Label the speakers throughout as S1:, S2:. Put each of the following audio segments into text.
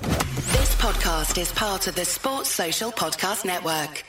S1: This podcast is part of the Sports Social Podcast Network.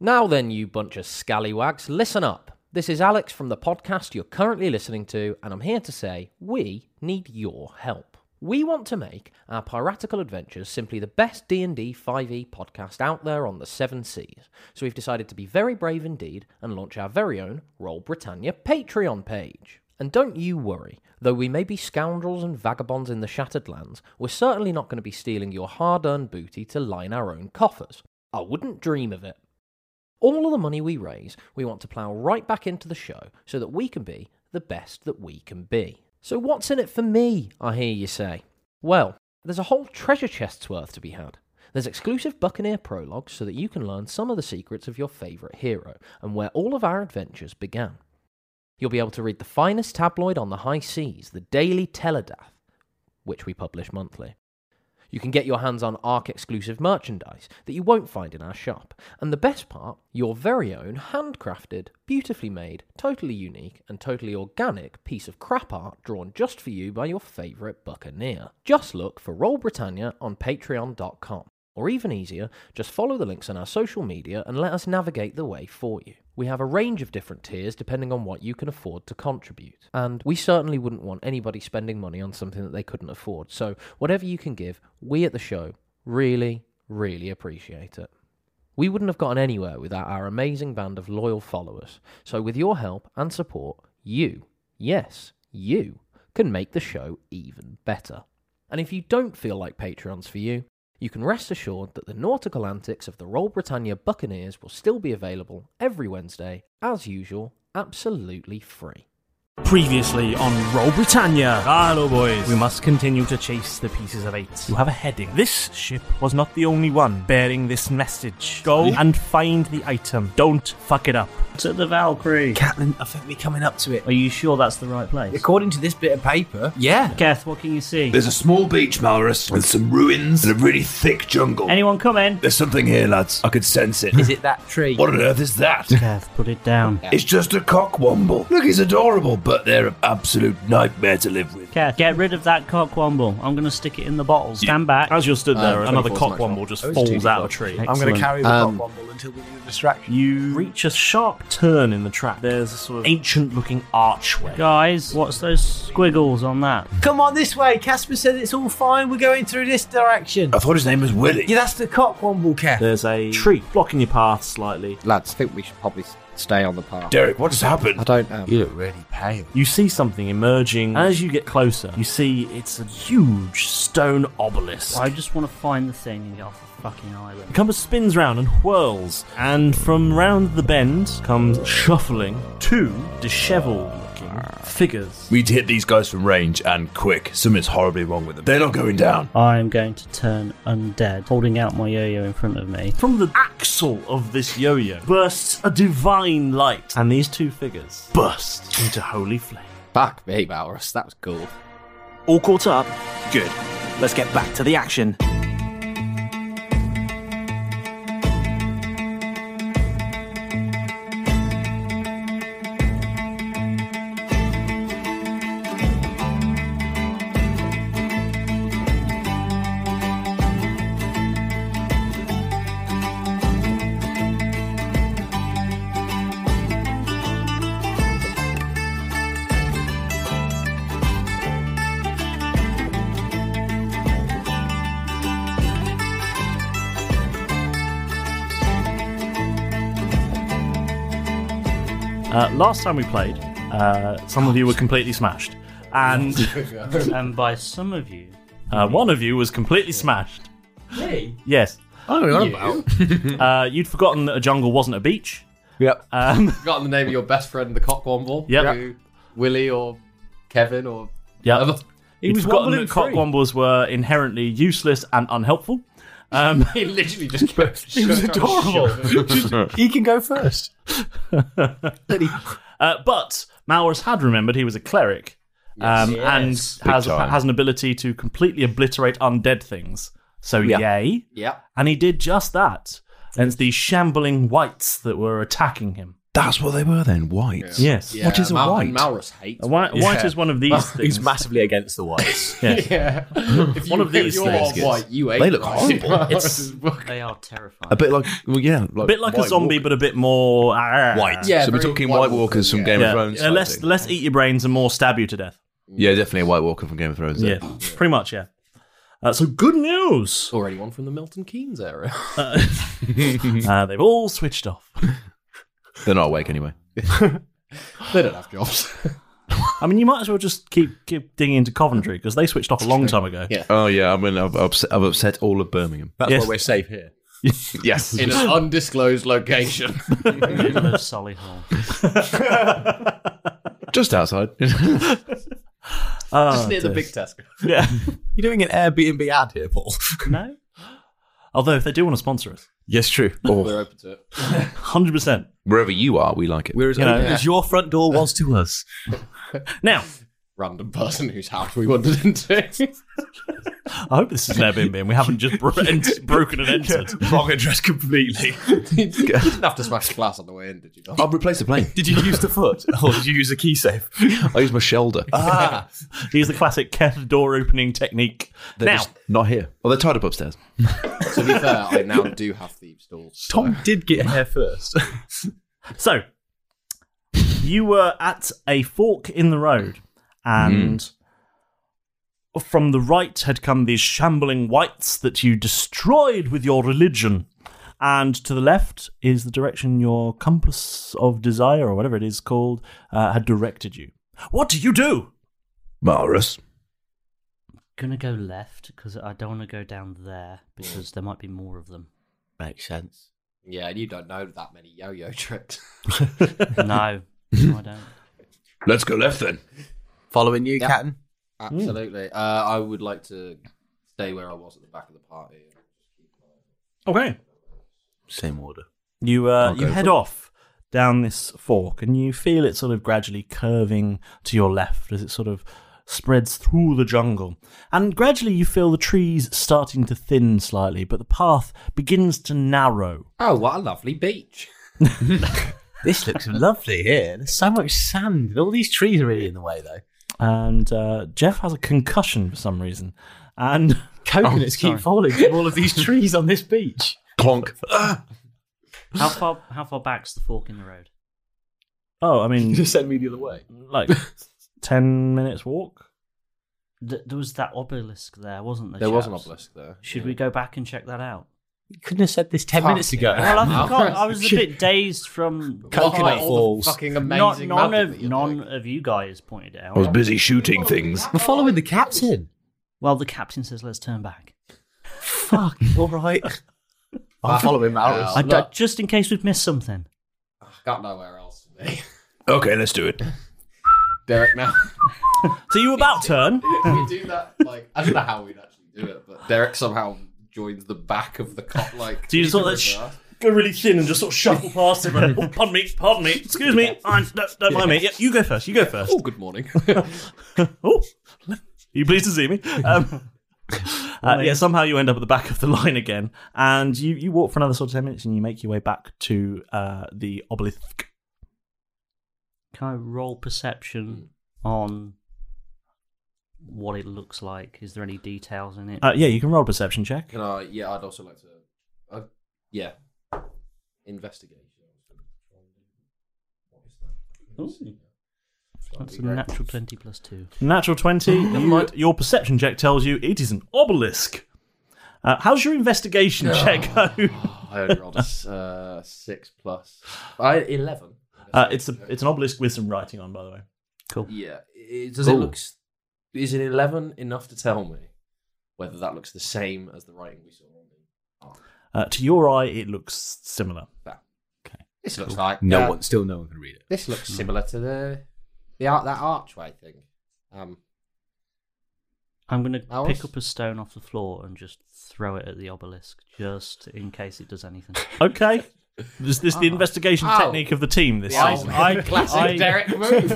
S2: Now then, you bunch of scallywags, listen up. This is Alex from the podcast you're currently listening to, and I'm here to say we need your help. We want to make our piratical adventures simply the best D&D 5e E podcast out there on the seven seas. So we've decided to be very brave indeed and launch our very own Roll Britannia Patreon page. And don't you worry, though we may be scoundrels and vagabonds in the Shattered Lands, we're certainly not going to be stealing your hard-earned booty to line our own coffers. I wouldn't dream of it. All of the money we raise, we want to plough right back into the show so that we can be the best that we can be. So, what's in it for me, I hear you say? Well, there's a whole treasure chest's worth to be had. There's exclusive Buccaneer prologues so that you can learn some of the secrets of your favourite hero and where all of our adventures began. You'll be able to read the finest tabloid on the high seas, the Daily Teledath, which we publish monthly. You can get your hands on ARC exclusive merchandise that you won't find in our shop. And the best part, your very own handcrafted, beautifully made, totally unique, and totally organic piece of crap art drawn just for you by your favourite buccaneer. Just look for Roll Britannia on patreon.com. Or even easier, just follow the links on our social media and let us navigate the way for you. We have a range of different tiers depending on what you can afford to contribute. And we certainly wouldn't want anybody spending money on something that they couldn't afford. So, whatever you can give, we at the show really, really appreciate it. We wouldn't have gotten anywhere without our amazing band of loyal followers. So, with your help and support, you, yes, you, can make the show even better. And if you don't feel like Patreon's for you, you can rest assured that the nautical antics of the Royal Britannia Buccaneers will still be available every Wednesday, as usual, absolutely free.
S3: Previously on Roll Britannia. Hello, boys. We must continue to chase the pieces of eight. You have a heading. This ship was not the only one bearing this message. Go and find the item. Don't fuck it up.
S4: to the Valkyrie.
S5: Catelyn, I think we're coming up to it.
S4: Are you sure that's the right place?
S5: According to this bit of paper, yeah.
S4: Keth, what can you see?
S6: There's a small beach, Malrus, with some ruins and a really thick jungle.
S4: Anyone come in?
S6: There's something here, lads. I could sense it.
S5: Is it that tree?
S6: What on earth is that?
S4: Keth, put it down.
S6: It's just a cockwomble. Look, he's adorable, but they're an absolute nightmare to live with.
S4: Keth, get rid of that cockwomble. I'm going to stick it in the bottle. Stand back.
S3: As you're
S5: Um,
S3: stood there,
S7: Uh,
S3: another
S7: 24 's
S3: cockwomble
S7: maximum.
S3: just
S7: Oh, it's
S3: falls
S7: 2D12.
S3: out of a tree.
S4: Hey.
S5: I'm going
S4: Excellent.
S5: to carry the
S7: Um,
S5: cock womble until we need a distraction.
S3: You reach a sharp turn in the track. There's a sort of ancient-looking archway.
S4: Guys, what's those squiggles on that?
S5: Come on this way. Casper said it's all fine. We're going through this direction.
S6: I thought his name was Willie.
S5: Yeah, that's the cock womble, Kev.
S3: There's a tree blocking your path slightly.
S7: Lads, I think we should probably s- stay on the path.
S6: Derek, what has happened?
S7: I don't know.
S5: You look really pale.
S3: You see something emerging. As you get closer, you see it's a huge stone obelisk.
S4: I just want to find the thing and get off the fucking island.
S3: The compass spins round and whirls, and from round the bend comes shuffling two dishevelled-looking figures.
S6: We'd hit these guys from range and quick. Something's horribly wrong with them. They're not going down.
S4: I'm going to turn undead, holding out my yo-yo in front of me.
S3: From the axle of this yo-yo bursts a divine light, and these two figures burst into holy flame.
S7: Fuck me, Maurus. That was cool.
S5: All caught up? Good. Let's get back to the action.
S3: Uh, last time we played, uh, some of you were completely smashed, and
S4: and by some of you.
S3: uh, one of you was completely smashed.
S4: Me?
S3: Yes.
S4: I don't know what
S3: uh, you'd forgotten that a jungle wasn't a beach. Yep. Um,
S7: Forgotten the name of your best friend, the cock womble.
S3: Yep.
S7: who- Willie or Kevin or
S3: yeah.
S7: He
S3: You'd
S7: was
S3: forgotten
S7: wobbling
S3: that cockwombles were inherently useless and unhelpful. Um,
S7: he literally just kept
S3: He was adorable.
S8: he can go first.
S3: Uh, but Maurus had remembered he was a cleric um,
S8: Yes.
S3: and
S8: Big
S3: has,
S8: time.
S3: has an ability to completely obliterate undead things. So,
S8: Yeah.
S3: yay.
S8: Yeah.
S3: And he did just that against the shambling whites that were attacking him.
S8: That's what they were then, whites.
S3: Yes.
S8: What is a
S7: Mal-
S8: white?
S7: Maurus hates
S3: A white-
S7: whites.
S3: white is one of these
S8: Oh, He's
S3: things.
S8: massively against the whites.
S3: Yes.
S7: Yeah. If
S3: One
S7: you-
S3: of these
S7: if you're
S3: things.
S7: white, you
S8: They
S7: ain't
S8: look
S7: right.
S8: horrible.
S7: It's-
S4: They are terrifying.
S8: A bit like, well, yeah,
S3: a bit like a
S8: White
S3: zombie, but a bit more ah.
S8: White. Yeah, So we're very talking White White Walkers Walkers, from yeah. Game of Thrones
S3: Yeah, less, less eat your brains and more stab you to death.
S8: Yeah, definitely a White Walker from Game of Thrones.
S3: Yeah,
S8: then.
S3: pretty much. Yeah. Uh, so good news.
S7: Already one from the Milton Keynes era.
S3: Uh, they've all switched off.
S8: They're not awake anyway.
S3: They don't have jobs. I mean, you might as well just keep keep digging into Coventry because they switched off a long time ago.
S8: Oh yeah, I mean, I've upset, I've upset all of Birmingham.
S3: That's Yes. why we're safe
S8: here. yes.
S7: In an undisclosed location.
S9: Middle of Solihull.
S8: Just outside. Ah,
S3: Just near the big
S7: Tesco.
S3: Ah, Yeah.
S8: You're doing an Airbnb ad here, Paul.
S3: No. Although if they do want to sponsor us,
S8: Yes, true. Or
S7: We're open to it.
S3: hundred percent.
S8: wherever you are, we like it.
S3: We're as You know, open as yeah.
S8: your front door was to us.
S3: Now,
S7: random person whose house we wandered into.
S3: I hope this is an Airbnb and we haven't just bro- en- broken and entered.
S8: Wrong address completely.
S7: you didn't have to smash glass on the way in, did you? Not?
S8: I'll replace the plane.
S5: Did you use the foot or did you use a key safe?
S8: I use my shoulder.
S3: Ah. Use the classic Kev door opening technique.
S8: They're
S3: now,
S8: just not here. Well, they're tied up upstairs.
S7: to be fair, I now do have thieves' tools.
S8: Tom did get hair first.
S3: so you were at a fork in the road, and from the right had come these shambling whites that you destroyed with your religion. And to the left is the direction your compass of desire, or whatever it is called, uh, had directed you. What do you do?
S8: Maurus.
S4: Gonna go left because I don't want to go down there because there might be more of them.
S5: Makes sense.
S7: Yeah, and you don't know that many yo-yo tricks.
S4: no, no, I don't.
S8: Let's go left then.
S5: Following you,
S7: Yep.
S5: Captain?
S7: Absolutely. Uh, I would like to stay where I was at the back of the party.
S3: Okay.
S5: Same order.
S3: You uh,
S5: I'll
S3: you
S5: go
S3: head
S5: for it.
S3: off down this fork, and you feel it sort of gradually curving to your left as it sort of spreads through the jungle. And gradually, you feel the trees starting to thin slightly, but the path begins to narrow.
S7: Oh, what a lovely beach!
S5: This looks lovely here. There's so much sand, and all these trees are really in the way, though.
S3: And uh, Jeff has a concussion for some reason, and Oh,
S5: Coconuts keep falling from all of these trees on this beach. Ah!
S8: Clonk.
S4: How far? How far back's the fork in the road?
S3: Oh, I mean,
S5: Just send me the other way.
S3: like ten minutes walk.
S4: Th- there was that obelisk there, wasn't there?
S7: There was an
S4: chaps?
S7: obelisk there,
S4: Should we go back and check that out?
S5: You couldn't have said this ten
S7: Fuck
S5: minutes ago.
S7: yeah.
S4: Well, I forgot. I was a
S5: Shit.
S4: bit dazed from
S5: Coconut
S4: All the
S5: Falls.
S7: fucking
S4: Not,
S7: amazing
S4: none
S7: mapping
S4: of
S7: that you're
S4: none of you guys pointed it out.
S8: I was busy shooting things.
S5: We're following the captain.
S4: Well, the captain says let's turn back.
S5: Fuck. All right. I'm following Maurus.
S4: I d-
S7: look.
S4: just in case we've missed something.
S7: I got nowhere else to be.
S8: Okay, let's do it.
S7: Derek, now
S3: So you about turn.
S7: we do that. Like I don't know how we'd actually do it, but Derek somehow joins the back of the cop. Like,
S3: Do you just want that? Sh- go really thin and just sort of shuffle past him? and, oh, pardon me, pardon me, excuse me. I'm, no, don't mind me. Yeah, you go first. You go first.
S7: Oh, good morning.
S3: oh, are you pleased to see me? Um, uh, yeah, somehow you end up at the back of the line again, and you, you walk for another sort of 10 minutes and you make your way back to uh, the obelisk.
S4: Can I roll perception on what it looks like? Is there any details in it?
S3: Uh, yeah, you can roll a perception check.
S7: Can I? Yeah, I'd also like to. Uh, yeah, investigation.
S4: Ooh, that's a natural twenty plus two.
S3: Natural 20, you, your perception check tells you it is an obelisk. Uh, how's your investigation check go?
S7: I only rolled a s- uh, six plus. I eleven.
S3: Uh, it's a it's an obelisk with some writing on, by the way.
S4: Cool.
S7: Yeah. I- Does it
S3: Cool.
S7: look? s- Is an eleven enough to tell me whether that looks the same as the writing we saw?
S3: Uh, to your eye, it looks similar.
S7: This looks like
S3: No
S7: uh,
S3: one- still no one can read it.
S7: This looks similar to the the art that archway thing. Um,
S4: I'm going to
S7: Alice?
S4: pick up a stone off the floor and just throw it at the obelisk, just in case it does anything.
S3: Okay. Ah, Is this
S7: Ah.
S5: Ah.
S3: the investigation
S4: Oh.
S3: technique of the team this
S4: Yeah.
S3: season?
S4: I- Classic I- Derek move.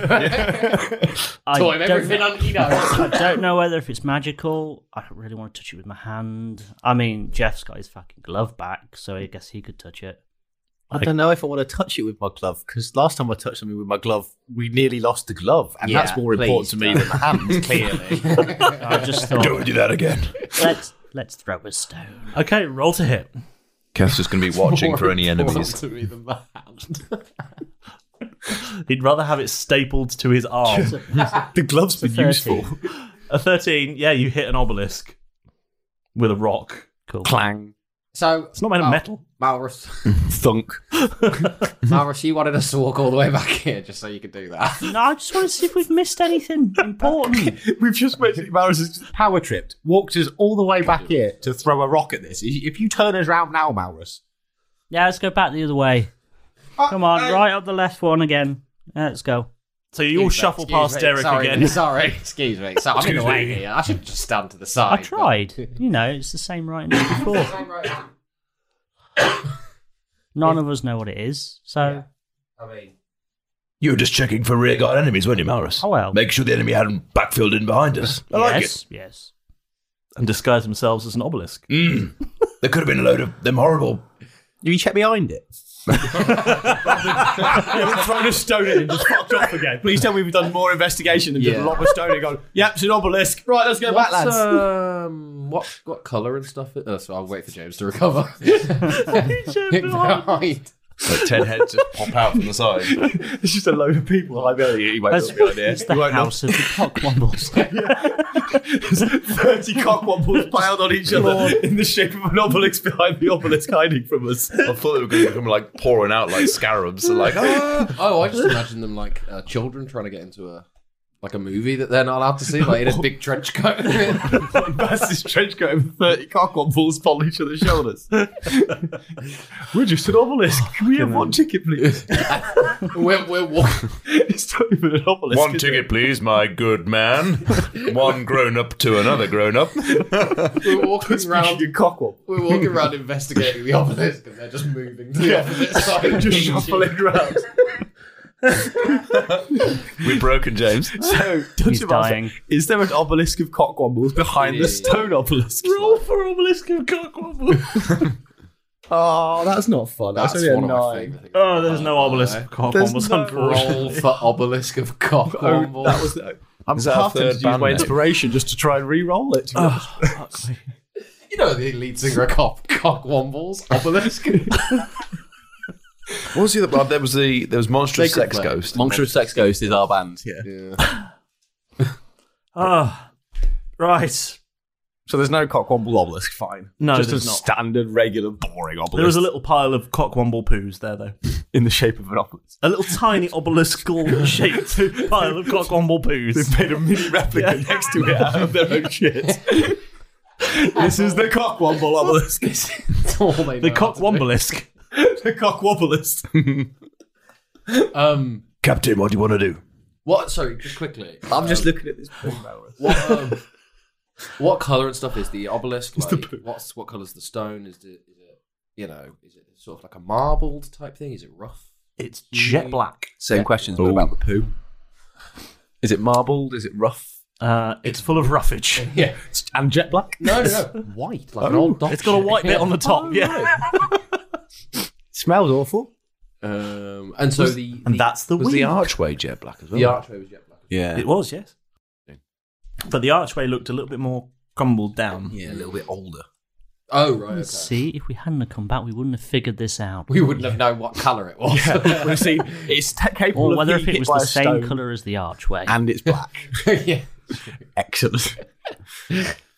S4: I
S7: Taught him
S4: don't-
S7: everything on he knows.
S4: I don't know whether if it's magical. I don't really want to touch it with my hand. I mean, Jeff's got his fucking glove back, so I guess he could touch it.
S5: I don't know if I want to touch it with my glove because last time I touched something with my glove, we nearly lost the glove, and that's
S4: Yeah,
S5: more important
S4: please
S5: to me
S4: don't.
S5: than the hand. Clearly,
S4: I just thought.
S5: Don't do that again.
S4: Let's let's throw a stone.
S3: Okay, roll to hit.
S10: Kath's just going to be watching for any enemies.
S3: He'd rather have it stapled to his arm. the glove's been useful. A 13, yeah, you hit an obelisk with a rock.
S4: Cool.
S3: Clang.
S7: So
S3: It's not made of
S7: Mal-
S3: metal.
S7: Malrus,
S3: Thunk.
S7: Malrus, you wanted us to walk all the way back here just so you could do that.
S4: No, I just want to see if we've missed anything important.
S5: We've just went Maurus power tripped, walked us all the way back here to throw a rock at this. If you turn us round now, Maurus.
S4: Yeah, let's go back the other way.
S5: Uh,
S4: Come on, right up the left one again. Yeah, let's go.
S3: So
S7: Excuse me, excuse me, sorry, Sorry, excuse me. So I'm in the
S4: Excuse
S7: way
S4: me.
S7: here. I should just stand to the
S4: I
S7: side.
S4: tried. You know, it's the same writing as before. None of us know what it is, so
S7: I mean,
S8: You were just checking for rear guard enemies, weren't you, Maurus?
S4: Oh, well.
S8: Make sure the enemy hadn't backfilled in behind us. I like it.
S4: yes, yes.
S3: And disguise themselves as an obelisk.
S8: Mm. There could have been a load of them horrible.
S5: You check behind it. thrown a stone at it and just fucked off again. Please tell me we've done more investigation than just a
S7: Yeah.
S5: lot of stone and gone, yep, it's an obelisk. Right, let's go
S7: What's,
S5: back, lads.
S10: uh,
S7: um, what what colour and stuff? Is, oh, so I'll wait for James to recover. Right.
S10: Like ten heads just pop out from the side.
S5: It's just a load of people. I bet you won't
S10: That's-
S5: be idea.
S10: it's the
S5: You won't know.
S4: house of the cockwombles.
S5: Thirty cockwombles piled on each other in the shape of an obelisk behind the obelisk hiding from us.
S10: I thought they were going to become like pouring out like scarabs. So like,
S7: Ah! oh, I just imagine them like uh, children trying to get into a like a movie that they're not allowed to see, like in a big trench coat.
S5: One massive trench coat with thirty cockwombles on each other's shoulders. we're just an obelisk.
S7: Oh,
S5: Can we have one ticket, please?
S7: we're we're walking.
S5: it's not even an obelisk.
S10: One ticket, please, my good man. One grown up to another grown up.
S7: We're walking round.
S5: Cockwomble.
S7: We're walking around investigating the obelisk, and they're just moving to the opposite side.
S5: just shuffling around.
S10: We've broken James.
S5: So, Dungeon Master,
S4: dying.
S5: Is there an obelisk of cockwombles behind the stone obelisk? Roll
S3: for obelisk of cockwomble.
S5: Oh, that's not fun. That's,
S7: That's
S5: only a
S7: one of my
S5: nine.
S7: favourite
S3: Oh, there's no obelisk of cockwombles,
S5: There's no-
S7: Roll
S3: unfortunately.
S7: for obelisk of
S5: Oh,
S7: cockwomble.
S5: that was. I'm
S10: Is that our
S5: half
S10: third
S5: tempted to use
S10: band
S5: my
S10: name?
S5: inspiration just to try and re-roll it. to be honest.
S7: you know the lead singer of cock cockwombles obelisk.
S10: What was the other? Well, there was the there was monstrous
S5: Sacred
S10: sex
S5: Flame.
S10: ghost.
S5: Monstrous Sex Ghost is our band. Yeah.
S3: Ah, right.
S5: So there's no cockwomble obelisk. Fine.
S3: No,
S5: just a
S3: there's not.
S5: standard, regular, boring obelisk.
S3: There was a little pile of cockwomble poos there, though.
S5: in the shape of an obelisk.
S3: A little tiny obeliskal shaped pile of cockwomble poos.
S5: They made a mini replica next to it out of their own shit. this is the cockwomble obelisk.
S7: That's all they
S3: The
S7: know how to do.
S3: cockwomblisk.
S5: the cockwobblisk.
S7: Um,
S8: Captain, what do you want to do?
S7: what? Sorry, just quickly.
S5: I'm just
S7: Um,
S5: looking at this. pool now.
S7: What, um, what color and stuff is the obelisk? Like, what's what color's the stone? Is it, is it you know? Is it sort of like a marbled type thing? Is it rough?
S3: It's
S7: jet
S5: black. Same questions but about the poo. Is it marbled? Is it rough?
S3: Uh, it's full of roughage.
S7: Yeah.
S5: And jet black?
S7: No, no, no. White, like an
S5: Oh.
S7: old. Dutch
S3: It's got a
S7: shit. Oh,
S3: white bit on the top. Yeah.
S5: Smells awful.
S7: Um, and so the, the
S3: that's the
S10: was the
S3: wing.
S10: archway jet black as well?
S7: the archway was jet black.
S5: Yeah.
S3: It was, yes. But the archway looked a little bit more crumbled down.
S5: Yeah, a little bit older.
S7: Oh right, okay.
S4: Let's see, if we hadn't have come back, we wouldn't have figured this out.
S7: We wouldn't have known what color it was.
S5: Yeah. well, see, it's t- capable
S4: Or
S5: of
S4: whether
S5: being
S4: if it
S5: hit
S4: was
S5: by
S4: the
S5: a
S4: same
S5: stone,
S4: colour as the archway.
S5: and it's black.
S7: yeah.
S5: Excellent.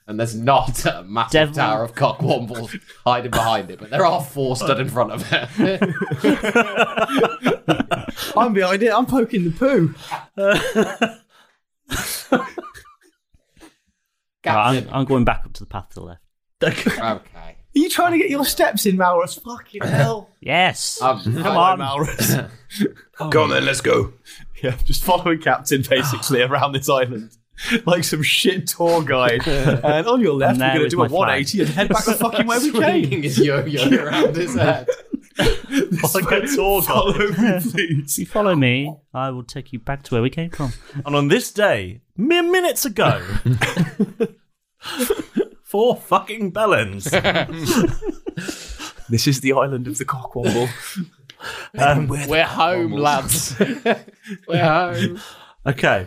S7: And there's not a massive
S4: Devil-
S7: tower of cockwombles hiding behind it, but there are four stood in front of it.
S5: I'm behind it. I'm poking the poo.
S4: Right, I'm, I'm going back up to the path to the left.
S7: okay.
S5: Are you trying to get your steps in, Malrus? Fucking hell.
S4: Yes.
S5: Come on, Malrus.
S7: Oh,
S8: Go on then, let's go.
S5: Yeah, just following Captain basically around this island. Like some shit tour guide. And on your left,
S4: I'm
S5: we're
S4: there
S5: going to
S4: with
S5: do a
S4: my flag.
S5: 180 and head back the fucking way we came.
S7: Swinging his yo-yo around his head.
S5: like a tour guide.
S4: If you follow me, I will take you back to where we came from.
S3: And on this day, mere minutes ago, four fucking bellends.
S5: this is the island of the cockwomble.
S3: Um,
S2: We're home, lads. We're home.
S3: Okay.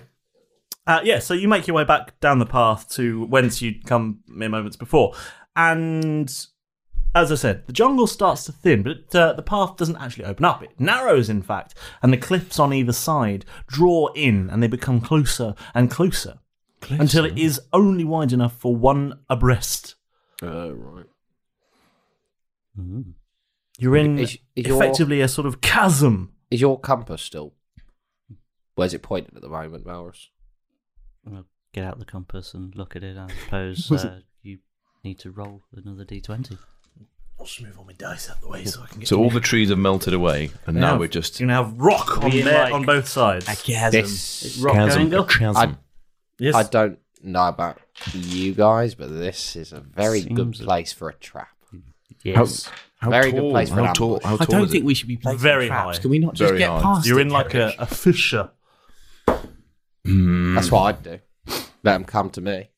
S3: Uh, yeah, so you make your way back down the path to whence you'd come mere moments before. And as I said, the jungle starts to thin, but uh, the path doesn't actually open up. It narrows, in fact, and the cliffs on either side draw in and they become closer and closer, until it is only wide enough for one abreast.
S7: Oh, right.
S3: You're in
S7: Mm. Is- is your-
S3: effectively a sort of chasm.
S7: Is your compass still? Where's it pointed at the moment, Malrus?
S4: I'll get out the compass and look at it. I suppose
S3: Was
S4: uh, you need to roll another d20.
S3: I'll just move all my dice out the way so I can get
S10: So all the trees have melted away, and
S3: They
S10: now
S3: have.
S10: we're just.
S3: You're gonna have rock on
S4: We in,
S3: there
S4: like,
S3: on both sides.
S4: a
S7: chasm.
S4: Is rock Chasm, going up? a chasm.
S7: I,
S3: Yes.
S7: I don't know about you guys, but this is a very good
S4: Seems a-
S7: place for a trap.
S4: Yes.
S10: How
S7: very
S10: tall?
S7: good place for
S10: How
S7: an ambush.
S10: tall- how I
S5: I don't think we should be placing
S3: Very
S5: traps.
S3: high.
S5: Can we not just
S3: Very
S5: get
S3: high.
S5: past
S3: You're
S5: it,
S3: in like a,
S5: Eric?
S3: a fissure.
S8: Hmm.
S7: That's what I'd do. Let them come to me.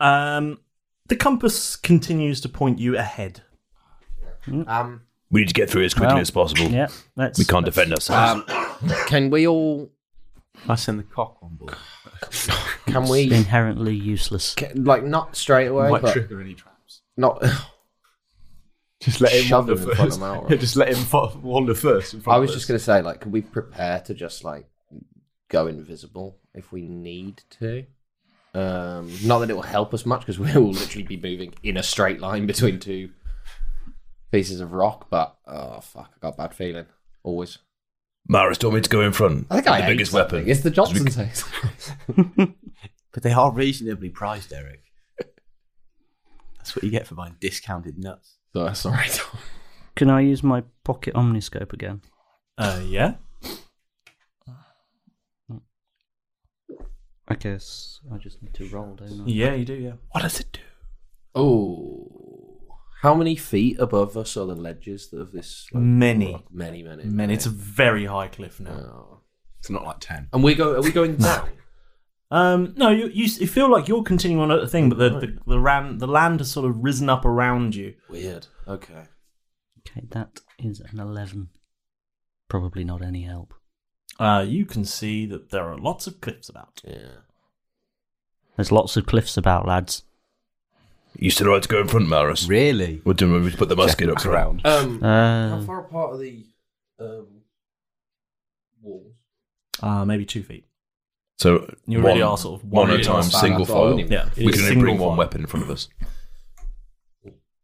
S3: Um, the compass continues to point you ahead.
S7: Um,
S8: We need to get through as quickly
S3: Well,
S8: as possible.
S3: yeah,
S4: let's-
S8: we can't
S4: let's-
S8: defend
S7: Um,
S8: ourselves.
S7: can we all?
S5: I send the cock on board.
S7: Can
S4: It's
S7: we?
S4: Inherently useless.
S7: ca- like not straight away,
S5: Might
S7: but
S5: trigger any traps.
S7: not.
S5: Just let him
S7: Shove
S5: wander
S7: him in front
S5: first.
S7: of Malrus.
S5: Yeah, just let him fo- wander first. in front
S7: I was
S5: of us.
S7: just gonna say, like, can we prepare to just like go invisible if we need to? Um, not that it will help us much because we will literally be moving in a straight line between two pieces of rock. But oh fuck, I got a bad feeling always.
S8: Maris told me to go in front.
S7: I think
S8: with
S7: I
S8: the
S7: ate
S8: biggest
S7: something.
S8: weapon.
S7: It's the
S8: Because we
S7: Johnson's.
S8: c-
S7: taste.
S5: But they are reasonably priced, Eric. That's what you get for buying discounted nuts.
S7: So, Oh, sorry.
S4: Can I use my pocket omniscope again?
S3: Uh, yeah.
S4: I guess I just need to roll, don't I?
S3: Yeah, you do. Yeah. What does it do?
S7: Oh, how many feet above us are the ledges of this? like,
S3: Many.
S7: rock? many, many,
S3: Man, it's a very high cliff now.
S5: It's not like 10.
S7: And we go. Are we going down?
S3: Um, no, you, you s- you feel like you're continuing on at the thing, but the the, the, ran, the land has sort of risen up around you.
S7: Weird. Okay.
S4: Okay, that is an 11. Probably not any help.
S3: Uh, you can see that there are lots of cliffs about.
S7: Yeah.
S4: There's lots of cliffs about, lads.
S8: You still right to go in front, Maris.
S5: Really?
S8: We're doing we put the musket up front.
S7: Um,
S4: Uh,
S7: how far apart are the um, walls?
S3: Uh, maybe two feet.
S8: So
S3: You
S8: one,
S3: really are sort of
S8: one at a
S3: one-
S8: time,
S3: Yeah.
S8: single
S3: That's what I
S8: file.
S3: mean. Yeah.
S8: we
S3: It is
S8: can only
S3: single
S8: bring
S3: file.
S8: one weapon in front of us.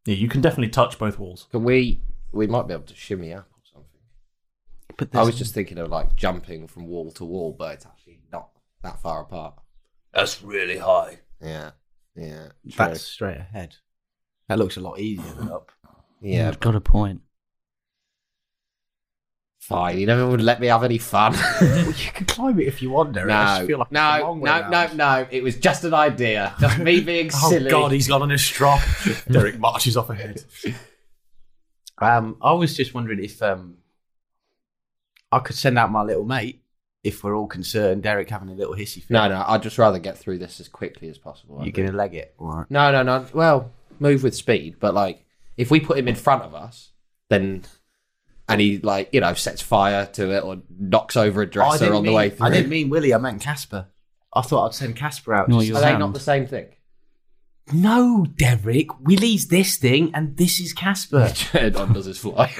S3: Yeah, you can definitely touch both walls.
S7: Can we? We might be able to shimmy up or something.
S5: But
S7: I was just thinking of like jumping from wall to wall, but it's actually not that far apart.
S8: That's really high.
S7: Yeah. Yeah. True.
S5: That's straight ahead. That looks a lot easier than up.
S7: yeah.
S4: You've got a point.
S7: Fine. You never would let me have any fun.
S5: you can climb it if you want, Eric. I
S7: no.
S5: just feel like it's a
S7: no.
S5: long way
S7: No.
S5: around.
S7: No. No. It was just an idea. Just me being
S5: Oh
S7: silly.
S5: God, he's gone on his strop. Derek marches off ahead. Um, I was just wondering if um, I could send out my little mate if we're all concerned. Derek having a little hissy fit.
S7: No. No. I'd just rather get through this as quickly as possible. I
S5: You're
S7: think.
S5: gonna leg it, all right?
S7: No, no, no. Well, move with speed, but like if we put him in front of us, then and he like you know sets fire to it or knocks over a
S5: I
S7: dresser
S5: didn't
S7: on the
S5: mean-
S7: way through.
S5: I didn't mean Willie. I meant Casper. I thought I'd send Casper out.
S4: No,
S5: just-
S4: you-
S7: Are they not
S4: Hand.
S7: the same thing?
S5: no, Derek. Willie's this thing, and this is Casper.
S7: Ed undoes his fly.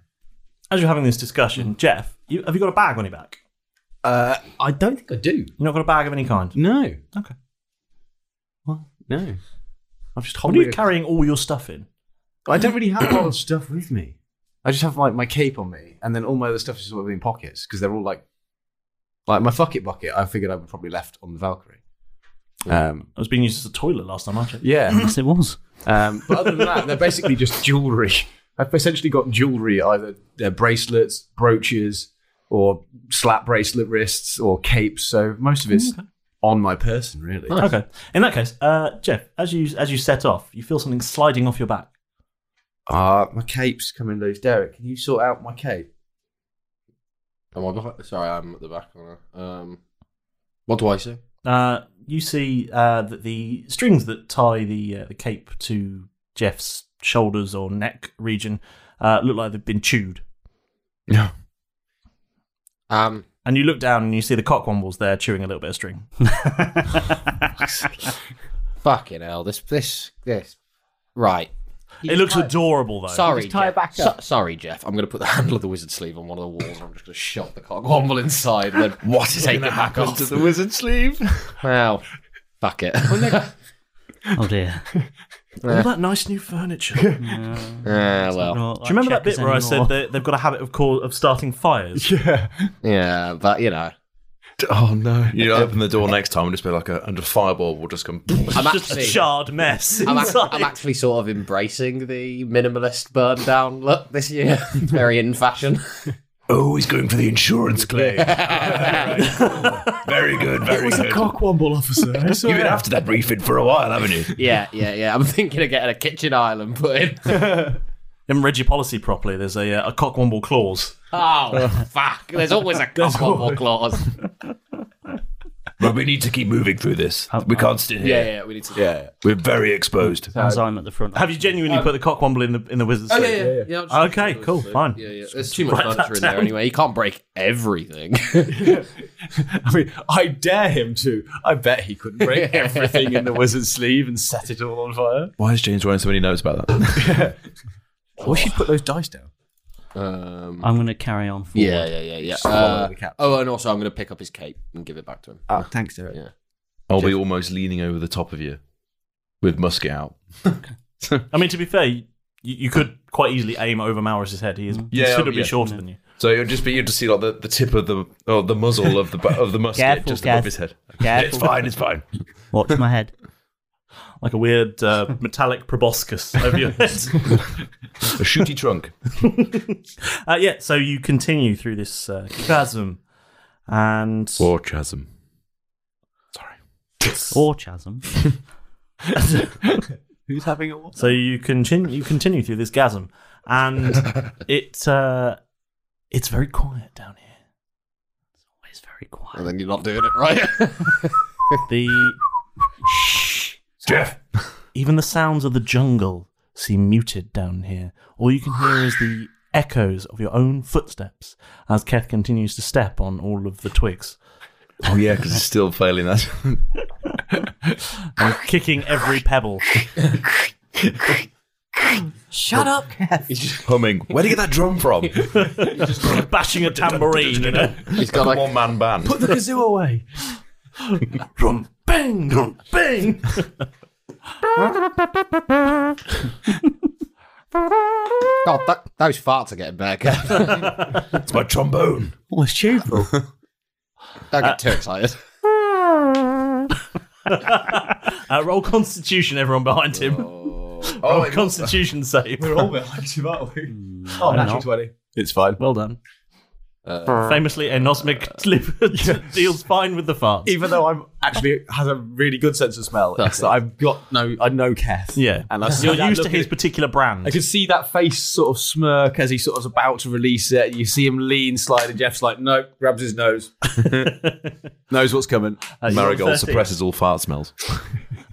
S3: As you're having this discussion, Jeff, you, have you got a bag on your back?
S5: Uh, I don't think I do.
S3: You've not got a bag of any kind.
S5: No.
S3: Okay.
S5: What? No. I'm just
S3: What are
S5: holding.
S3: you carrying all your stuff in?
S5: I don't really have a lot of stuff with me. I just have like my cape on me, and then all my other stuff is sort of in pockets because they're all like, like my fuck it bucket. I figured I would probably left on the Valkyrie. Um,
S3: I was being used as a toilet last time, aren't it?
S5: Yeah,
S4: yes, it was.
S5: Um, but other than that, they're basically just jewelry. I've essentially got jewelry, either they're bracelets, brooches, or slap bracelet wrists, or capes. So most of it's
S3: Okay.
S5: on my person, really.
S3: Okay. In that case, uh, Jeff, as you as you set off, you feel something sliding off your back.
S5: Uh, my cape's coming loose. Derek, can you sort out my cape?
S7: Am I behind? Sorry, I'm at the back corner. Um, what do I see?
S3: Uh, you see uh, that the strings that tie the uh, the cape to Jeff's shoulders or neck region uh, look like they've been chewed.
S5: Yeah.
S7: Um,
S3: and you look down and you see the cockwombles there chewing a little bit of string.
S7: Fucking hell! This this this. Right.
S3: It looks adorable though.
S7: Sorry,
S3: Just tie it
S7: Jeff.
S3: back up.
S7: So- sorry, Jeff. I'm going to put the handle of the wizard sleeve on one of the walls. and I'm just going to shove the cockwomble inside. And then what is
S3: Gonna
S7: taking back
S3: happen
S7: off
S3: to the
S7: wizard sleeve? Well, fuck it.
S4: oh dear.
S3: All that nice new furniture.
S7: Ah, well.
S3: Oh, Do you remember that bit where I said that they've got a habit of call, of starting fires?
S5: Yeah.
S7: Yeah, but you know.
S8: Oh no! You open the door next time and just be like a, and a fireball will just come.
S7: I'm
S3: just a
S7: actually-
S3: charred mess.
S7: I'm, act-
S3: inside.
S7: I'm actually sort of embracing the minimalist burn down look this year. It's very in fashion.
S10: Oh, he's going for the insurance claim. very good, very good.
S5: cockwomble officer.
S10: You've been after that refit for a while, haven't you?
S7: yeah, yeah, yeah. I'm thinking of getting a kitchen island put in.
S3: Haven't read your policy properly. There's a uh, a cockwomble clause.
S7: Oh, fuck. There's always a
S3: There's
S7: cockwomble clause.
S10: But we need to keep moving through this. we can't sit here.
S7: Yeah, yeah, we need to- Yeah.
S10: We're very exposed.
S4: As I'm at the front.
S3: Have you genuinely put the cockwomble in the in the wizard's
S7: Oh, yeah,
S3: sleeve?
S7: yeah, yeah. Yeah, I'll just-
S3: okay, cool, fine.
S7: Yeah, yeah. There's too much
S3: Write that
S7: furniture in there
S3: down.
S7: anyway. He can't break everything.
S5: I mean, I dare him to. I bet he couldn't break everything in the wizard's sleeve and set it all on fire.
S8: Why is James wearing so many notes about that?
S5: I wish you'd put those dice down.
S7: Um,
S4: I'm going to carry on. Forward.
S7: yeah, yeah, yeah, yeah. Uh, oh, and also I'm going to pick up his cape and give it back to him.
S5: Oh, thanks, Derek.
S7: Yeah.
S8: I'll be almost leaning over the top of you with musket out.
S3: I mean, to be fair, you, you could quite easily aim over Maurus's head. He is
S5: um,
S3: considerably shorter than you.
S8: So you'll just be you'll just see like the, the tip of the or the muzzle of the bu- of the musket
S3: Careful,
S8: just
S3: careful.
S8: above his head.
S3: Careful.
S8: It's fine. It's fine.
S4: Watch my head.
S3: Like a weird uh, metallic proboscis over your head.
S8: A shooty trunk.
S3: Uh, yeah, so you continue through this uh, chasm and.
S8: Or chasm.
S4: Or chasm.
S5: Who's having a what?
S3: So you continue, you continue through this chasm, and it uh, it's very quiet down here.
S4: It's very quiet.
S7: And then you're not doing it right.
S3: The
S10: Jeff.
S3: Even the sounds of the jungle seem muted down here. All you can hear is the echoes of your own footsteps as Keth continues to step on all of the twigs
S8: Oh yeah, because it's still failing that.
S3: and kicking every pebble.
S4: Shut up, Kev.
S8: He's just humming. Where do you get that drum from?
S3: bashing a tambourine. you know?
S7: He's
S8: got like one man band.
S3: Put the kazoo away. drum bang, drum bang.
S7: God, that, those farts are getting back.
S10: It's my trombone.
S4: Oh, it's tuneful.
S7: Don't get too excited.
S3: Uh, roll Constitution, everyone behind him.
S8: Oh,
S3: roll
S8: it-
S3: Constitution save. Mm.
S5: We're all behind you, aren't we? Oh, natural 20. It's fine.
S3: Well done.
S7: Uh,
S3: Famously, anosmic liver deals fine with the farts.
S5: uh, Even though I'm actually has a really good sense of smell, it's that I've got no, I know Keth.
S3: Yeah,
S5: and I see
S3: you're
S5: that
S3: used to
S5: look
S3: his
S5: in-
S3: particular brand.
S5: I can see that face sort of smirk as he sort of about to release it. You see him lean, slide, and Jeff's like, nope, grabs his nose. Knows what's coming.
S3: Uh, you're
S8: Marigold
S3: 13.
S8: suppresses all fart smells.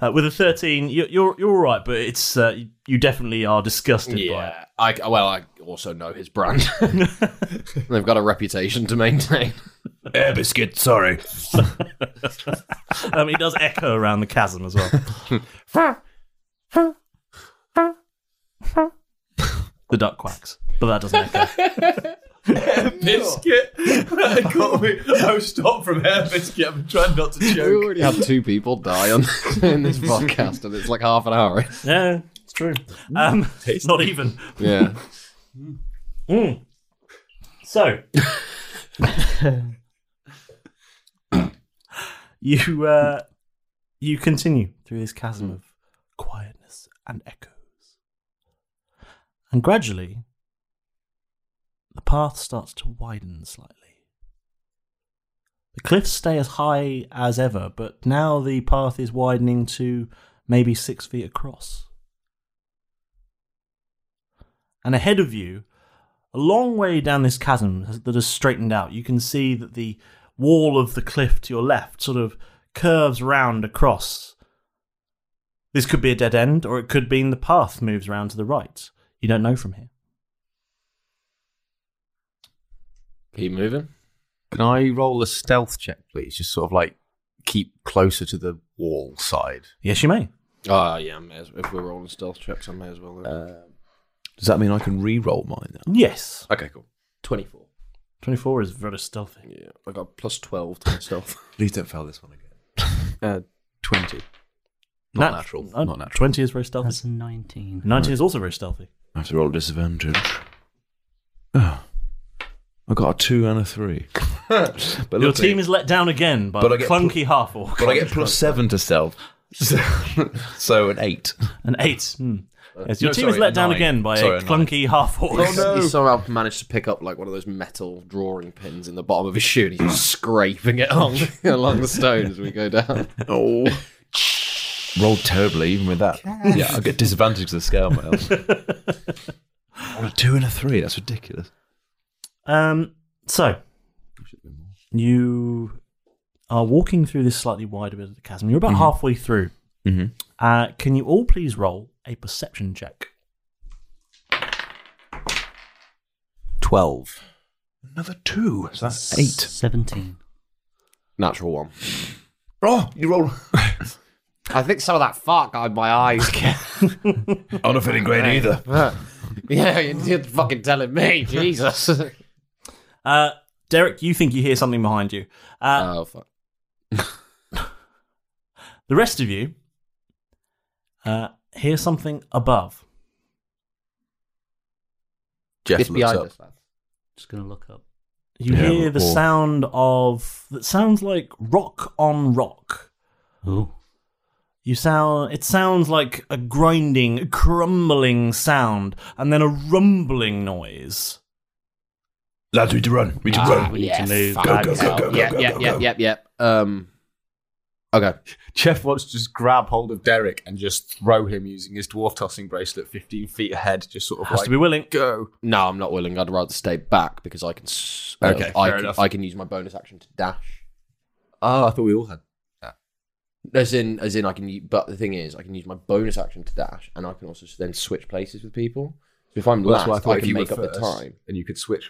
S3: Uh, with a thirteen, you, you're you're all right, but it's uh, you definitely are disgusted by it.
S7: yeah. I, well, I also know his brand. They've got a reputation to maintain.
S10: Air biscuit. Sorry.
S3: Um, it does echo around the chasm as well. the duck quacks, but that doesn't echo.
S5: biscuit. I was stopped from hair biscuit. I'm trying not to
S7: We
S5: choke.
S7: already had two people die on in this podcast, and it's like half an hour.
S3: yeah, it's true. Um, not even.
S7: Yeah.
S3: Mm. So, you uh, you continue through this chasm of quietness and echoes, and gradually the path starts to widen slightly. The cliffs stay as high as ever, but now the path is widening to maybe six feet across. And ahead of you, a long way down this chasm has- that has straightened out, you can see that the wall of the cliff to your left sort of curves round across. This could be a dead end, or it could mean the path moves round to the right. You don't know from here.
S7: Keep moving.
S5: Can I roll a stealth check, please? Just sort of like keep closer to the wall side.
S3: Yes, you may.
S7: Ah, yeah. I may as- if we're rolling stealth checks, I may as well. Uh,
S5: Does that mean I can re-roll mine now?
S3: Yes.
S5: Okay, cool.
S7: Twenty-four.
S3: Twenty-four is very stealthy.
S7: Yeah, I got plus twelve to my stealth.
S5: Please don't fail this one again. uh, Twenty.
S3: Nat-
S5: Not natural.
S3: uh,
S5: Not natural.
S3: 20 is very stealthy.
S4: That's a 19.
S3: 19 is also very stealthy.
S8: I have to roll a disadvantage. Oh, I got a two and a three. but
S3: Your
S8: luckily-
S3: team is let down again by
S8: But I
S3: the
S8: get
S3: clunky
S8: pl-
S3: half orc.
S8: But I get plus seven to stealth, so, so an eight.
S3: An eight. Hmm. Yes, your team
S8: Uh, No,
S3: is
S8: sorry,
S3: let
S8: a
S3: down
S8: nine.
S3: again by
S8: Sorry,
S3: a
S8: a nine. Oh,
S3: clunky half orc.
S7: He's- He somehow managed to pick up like one of those metal drawing pins in the bottom of his shoe, and he's just scraping it along, along the stone as we go down.
S8: Oh. Rolled terribly, even with that. Yeah, I get disadvantage to the scale, my elf. Rolled a two and a three. That's ridiculous.
S3: Um, so you are walking through this slightly wider bit of the chasm. You're about
S8: Mhm.
S3: halfway through.
S8: Mhm.
S3: Uh, can you all please roll a perception check?
S5: Twelve.
S8: Another two. So that's eight.
S4: 17.
S7: Natural one.
S8: Oh, you roll.
S7: I think some of that fart got in my eyes.
S8: I'm not feeling great either.
S7: yeah, you're fucking telling me, Jesus.
S3: Uh, Derek, you think you hear something behind you. Uh,
S7: oh, fuck.
S3: the rest of you uh, hear something above.
S5: Jeff
S7: It's
S5: looks
S7: behind
S5: up.
S7: us. lad.
S4: Just going to look up.
S3: You
S5: Yeah,
S3: hear the
S5: or-
S3: sound of that sounds like rock on rock.
S4: Ooh.
S3: You sound it sounds like a grinding, crumbling sound, and then a rumbling noise.
S8: Lads, we need to run. We need to
S7: Ah,
S8: run.
S7: yeah, fuck
S8: Go, go,
S7: hell.
S8: go, go, go,
S7: Yep,
S8: go,
S7: yep,
S8: go,
S7: yep,
S8: go.
S7: yep, yep. Um, okay.
S5: Jeff wants to just grab hold of Derek and just throw him using his dwarf tossing bracelet 15 feet ahead, just sort of
S7: Has
S5: like.
S7: to be
S3: willing.
S5: Go.
S7: No, I'm not willing. I'd rather stay back because I can. s- Uh,
S5: Okay,
S7: I
S5: fair
S7: can,
S5: enough.
S7: I can use my bonus action to dash.
S5: Oh, I thought we all had.
S7: As in, as in, I can. u- But the thing is, I can use my bonus action to dash, and I can also s- then switch places with people. So if I'm
S5: Well, that's
S7: last,
S5: why I
S7: I,
S5: thought if
S7: can
S5: you
S7: make up
S5: were
S7: the
S5: first,
S7: time.
S5: And you could switch.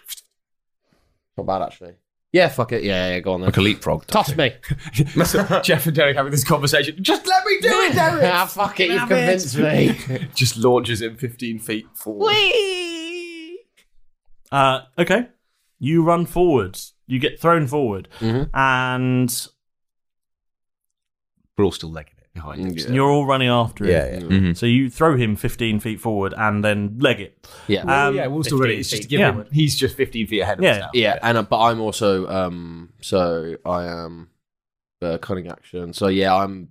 S7: Not bad actually. Yeah, fuck it. Yeah, yeah, go on then.
S8: Like a leapfrog.
S7: Toss me.
S5: So Jeff and Derek having this conversation. Just let me do it, Derek!
S7: ah, fuck it. You've convinced me.
S5: just launches him 15 feet forward.
S3: Uh, okay, you run forward. You get thrown forward,
S7: Mm-hmm.
S3: and
S5: We're all still legging it behind him.
S3: you're all running after him.
S5: Yeah, yeah. Mhm.
S3: So you throw him 15 feet forward and then leg it.
S7: Yeah.
S5: Well,
S3: Um,
S5: yeah, we're all still ready. It's just to give
S3: yeah.
S5: him. He's just 15 feet ahead of
S3: Yeah.
S5: us now.
S7: Yeah, and uh, but I'm also um so I am uh, cunning action. So yeah, I'm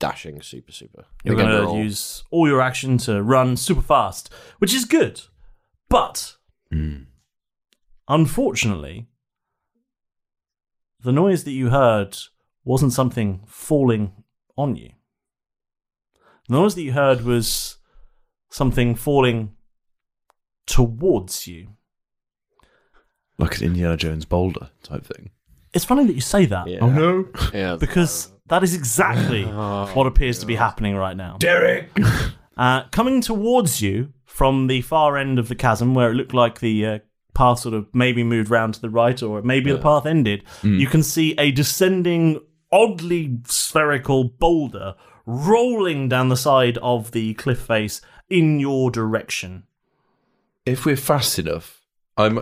S7: dashing super super.
S3: You're
S7: Again,
S3: going
S7: we're
S3: to
S7: all-
S3: use all your action to run super fast, which is good. But
S7: Hmm.
S3: unfortunately, the noise that you heard wasn't something falling on you. The noise that you heard was something falling towards you.
S8: Like an Indiana Jones boulder type thing.
S3: It's funny that you say that
S8: Oh no.
S7: Yeah. Oh,
S3: because that is exactly what appears to be happening right now.
S8: Derek!
S3: Uh, coming towards you from the far end of the chasm, where it looked like the uh, path sort of maybe moved round to the right, or maybe the path ended,
S8: Hmm.
S3: you can see a descending, oddly spherical boulder rolling down the side of the cliff face in your direction.
S8: If we're fast enough, I'm.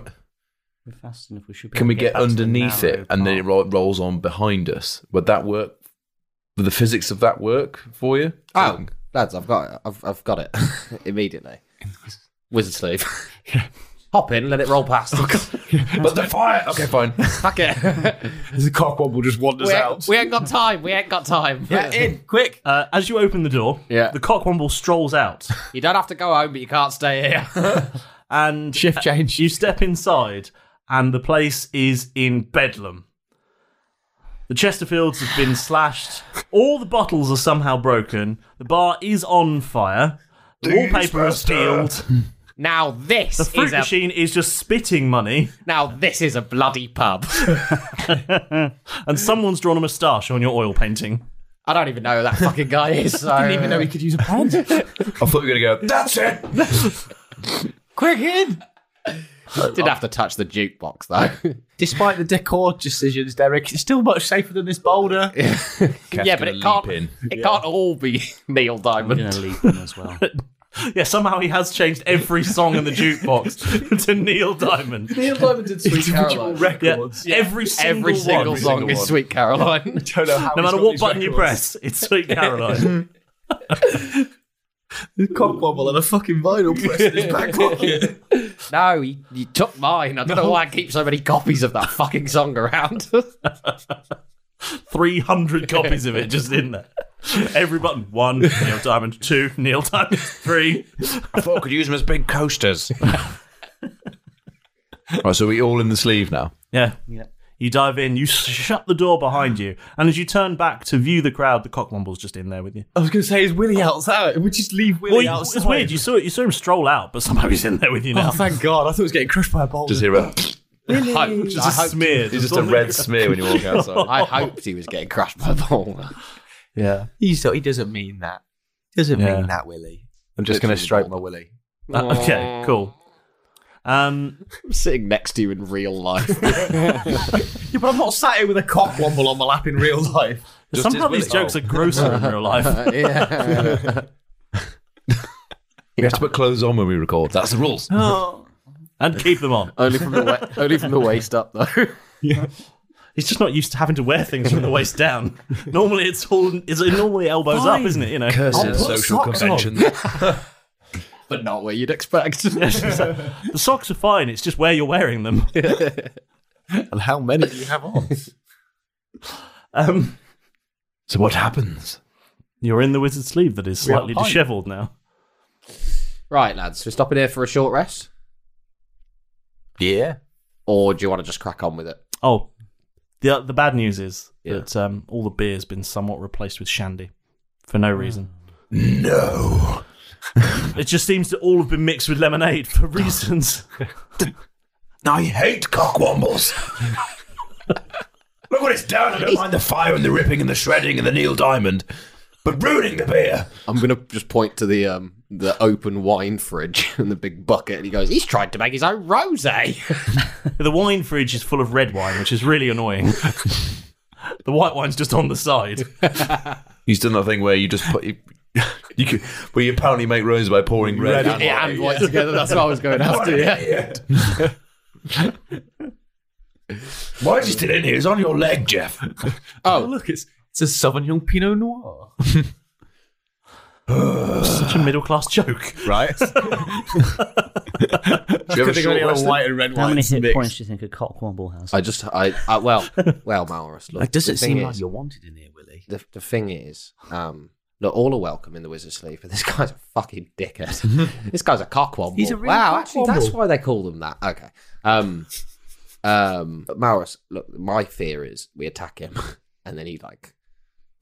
S4: We're fast enough. We should be
S8: Can
S4: able
S8: we
S4: to
S8: get
S4: back to the
S8: underneath
S4: narrow
S8: it and then it
S4: path.
S8: ro- rolls on behind us? Would that work? Would the physics of that work for you?
S7: Oh, lads, I've got it. I've I've got it immediately. Wizard sleeve. Hop in, let it roll past.
S3: Oh,
S8: But the fire. Okay, fine.
S7: Fuck it.
S8: the cockwomble just wanders
S7: we,
S8: out.
S7: ain't, we ain't got time. We ain't got time.
S3: quick. Uh, as you open the door, yeah. the cockwomble strolls out.
S7: You don't have to go home, but you can't stay here.
S3: and shift change. You step inside, and the place is in bedlam. The Chesterfields have been slashed. All the bottles are somehow broken. The bar is on fire. The
S7: These
S3: wallpaper is peeled.
S7: now this
S3: The fruit
S7: is a
S3: machine is just spitting money.
S7: Now this is a bloody pub.
S3: and someone's drawn a moustache on your oil painting.
S7: I don't even know who that fucking guy is. So.
S3: Didn't even know he
S7: could use a pen.
S3: I thought you were going to
S7: That's it. Quick in. Did have to touch the jukebox though.
S5: Despite the decor decisions, Derek, it's still much safer than this boulder.
S7: yeah, but it can't. It can't all be Neil Diamond.
S3: I'm gonna
S4: leap in as well.
S3: yeah, somehow he has changed every song in the jukebox to Neil Diamond.
S5: Neil Diamond did Sweet Caroline.
S3: records. Every single,
S7: Every single
S3: one.
S7: song is Sweet Caroline.
S5: don't know how
S3: no
S5: he's
S3: matter
S5: got
S3: what
S5: these
S3: button you
S5: records.
S3: press, it's Sweet Caroline.
S5: Cockwomble and a fucking vinyl press in his back pocket.
S7: No, you, you took mine. I don't know why I keep so many copies of that fucking song around.
S3: 300 copies of it just in there. Every button. One, Neil Diamond. Two, Neil Diamond. Three. I
S8: thought I could use them as big coasters. Right, so we all in the sleeve now.
S3: Yeah. You dive in, you shut the door behind you, and as you turn back to view the crowd, the cockwomble's just in there with you.
S5: I was going to say, is Willie outside? We just leave Willie
S3: Well, you-
S5: outside.
S3: it's weird. You saw you saw him stroll out, but somehow he's in there with you now.
S5: Oh, thank God. I thought he was getting crushed by a boulder.
S8: Just hear a
S5: Willie.
S3: Just a smear.
S8: It's just a red smear when you walk outside.
S7: I hoped he was getting crushed by a ball.
S3: Yeah.
S5: He's, he doesn't mean that. Doesn't
S3: Yeah.
S5: mean that, Willie.
S8: I'm just
S5: gonna
S8: going to
S5: stroke
S8: stroke my willy.
S3: Uh, okay, cool. Um,
S7: I'm sitting next to you in real life.
S5: Yeah, but I'm not sat here with a cockwomble on my lap in real life.
S7: Just Somehow his these willy. jokes are grosser in real life. Yeah.
S8: We have to put clothes on when we record. That's the rules.
S5: Oh.
S3: and keep them on.
S7: only from the wa- only from the waist up though.
S3: Yeah. He's just not used to having to wear things from the waist down. Normally, it's all it's normally elbows
S7: Fine.
S3: up, isn't it? You know,
S7: Curses, I'll put social socks on. conventions.
S3: but
S7: not where you'd expect.
S3: the socks are fine. It's just where you're wearing them.
S8: and how many do you have on?
S3: Um,
S8: so what happens?
S3: You're in the wizard's sleeve that is
S7: We have
S3: slightly
S7: a pint.
S3: dishevelled now.
S7: Right, lads, we're stopping here for a short rest.
S5: Yeah.
S7: Or do you want to just crack on with it?
S3: Oh, the the bad news is that um, all the beer's been somewhat replaced with shandy for no reason.
S6: No.
S3: It just seems to all have been mixed with lemonade for reasons.
S6: I hate cockwombles. Look what it's done. I don't mind the fire and the ripping and the shredding and the Neil Diamond, but ruining the beer.
S7: I'm gonna just point to the um the open wine fridge and the big bucket, and he goes, "He's tried to make his own rosé."
S3: the wine fridge is full of red wine, which is really annoying. the white wine's just on the side.
S8: He's done that thing where you just put. You, you could, where you apparently make rose by pouring red, and
S7: yeah,
S8: white.
S7: and white together. That's what I was going after. Yeah.
S6: Why is he still in here? He's on your leg, Jeff.
S7: Oh,
S5: look, it's it's a Sauvignon Pinot Noir.
S3: Such a middle class joke.
S8: Right?
S7: you have a short rest then?
S4: How many
S7: wines
S4: hit
S7: mixed?
S4: points do you think a cockwomble has?
S7: I just, I, I well, well, Malrus. Look,
S4: Like, does
S7: the
S4: it
S7: thing
S4: seem like you're
S5: wanted in here, Willie?
S7: The, the thing is, um, look, all are welcome in the Wizard's Sleeve, but this guy's a fucking dickhead. this guy's a cockwomble.
S5: He's a real
S7: wow, actually, that's
S5: cockwomble.
S7: why they call them that. Okay. Um, um, but Malrus, look, my fear is we attack him, and then he like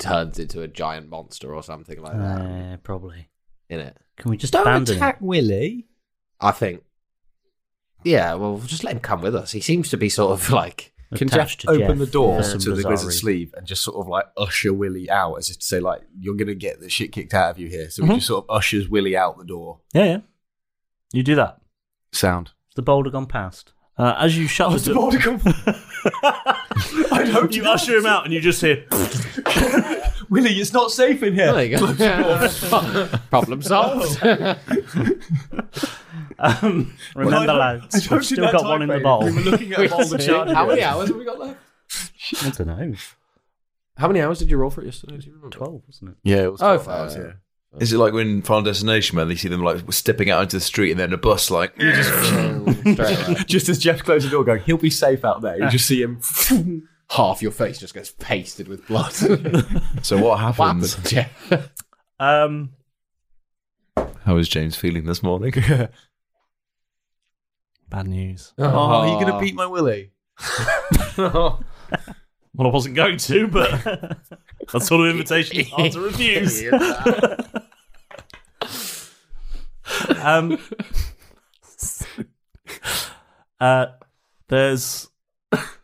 S7: turns into a giant monster or something like that.
S4: Uh, probably.
S7: In it,
S4: Can we just
S7: Don't
S4: abandon
S7: attack
S4: him?
S5: Willie.
S7: I think. Yeah, well, we'll just let him come with us. He seems to be sort of like
S8: Can Jeff open the door
S7: Yeah.
S8: to the wizard's sleeve and just sort of like usher Willie out as if to say, like, you're going to get the shit kicked out of you here? So
S4: Mhm.
S8: he just sort of ushers Willie out the door.
S3: Yeah, yeah. You do that.
S8: Sound.
S4: Has the boulder gone past?
S3: Uh, as you shut the door, you usher him out, and you just hear.
S5: Willie, it's not safe in here.
S7: There you go. Problem solved.
S4: um,
S5: Well, I
S4: remember,
S5: don't-
S4: lads,
S5: I don't
S4: we've
S5: see
S4: still
S5: that
S4: got
S5: time
S4: one in the
S5: frame.
S4: bowl.
S5: We were looking at a bowl of chard.
S7: How many hours have we got left?
S4: I don't know.
S7: How many hours did you roll for it yesterday? Do you remember?
S4: Twelve, wasn't it?
S8: Yeah, it was
S7: Oh,
S8: twelve hours,
S7: fair.
S8: yeah. Is it like when Final Destination where they see them like stepping out into the street and then a bus like
S5: just as Jeff closed the door, going, "He'll be safe out there." You just see him.
S7: Half your face just gets pasted with blood.
S8: So what happens?
S7: Jeff?
S4: Um,
S8: How is James feeling this morning?
S4: Bad news.
S8: Oh, are you
S5: gonna beat my willy?
S4: well, I wasn't going to, but that sort of invitation is hard to refuse. um, uh, there's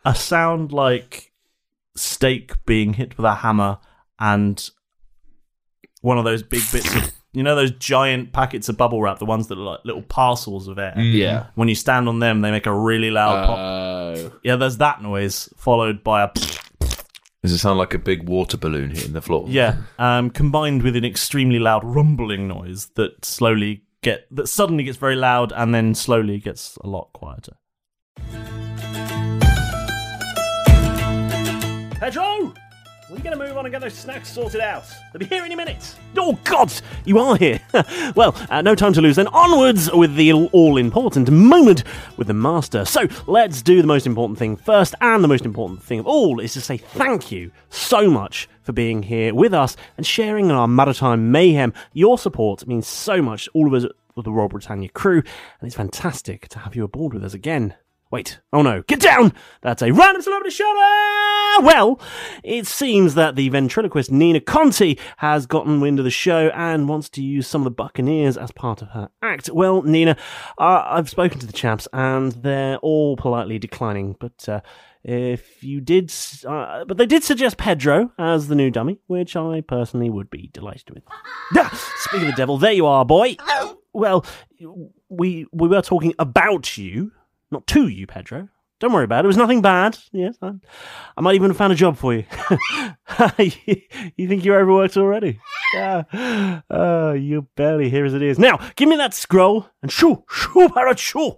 S4: a sound like steak being hit with a hammer and one of those big bits of you know those giant packets of bubble wrap, the ones that look like little parcels of air.
S5: Mm. Yeah. Uh,
S4: When you stand on them, they make a really loud pop. Yeah, there's that noise followed by a
S8: Does it sound like a big water balloon hitting the floor?
S4: yeah, um, combined with an extremely loud rumbling noise that slowly get that suddenly gets very loud and then slowly gets a lot quieter.
S11: Pedro! We're gonna move on and get those snacks sorted out. They'll be here any minute.
S3: Oh, God! You are here! well, uh, no time to lose then. Onwards with the all important moment with the Master. So, let's do the most important thing first. And the most important thing of all is to say thank you so much for being here with us and sharing in our maritime mayhem. Your support means so much to all of us with the Royal Britannia crew, and it's fantastic to have you aboard with us again. Wait, oh no, get down! That's a random celebrity shout out! Well, it seems that the ventriloquist Nina Conti has gotten wind of the show and wants to use some of the Buccaneers as part of her act. Well, Nina, uh, I've spoken to the chaps and they're all politely declining, but uh, if you did. s- Uh, but they did suggest Pedro as the new dummy, which I personally would be delighted with. Ah, speak of the devil, there you are, boy! Well, we, we were talking about you not to you, Pedro. Don't worry about it. It was nothing bad. Yes, I, I might even have found a job for you. you, you think you're overworked already? Yeah. Uh, you're barely here as it is. Now, give me that scroll and shoo, shoo, parrot, shoo.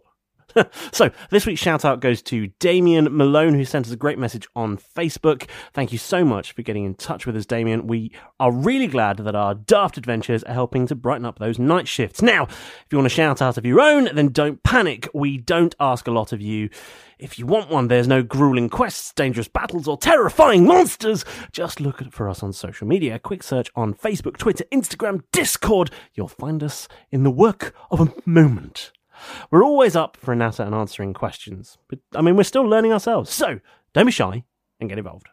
S3: so, this week's shout out goes to Damien Malone, who sent us a great message on Facebook. Thank you so much for getting in touch with us, Damien. We are really glad that our daft adventures are helping to brighten up those night shifts. Now, if you want a shout out of your own, then don't panic. We don't ask a lot of you. If you want one, there's no grueling quests, dangerous battles, or terrifying monsters. Just look at- for us on social media. A quick search on Facebook, Twitter, Instagram, Discord. You'll find us in the work of a moment. We're always up for a natter and answering questions. But I mean, we're still learning ourselves, so don't be shy and get involved.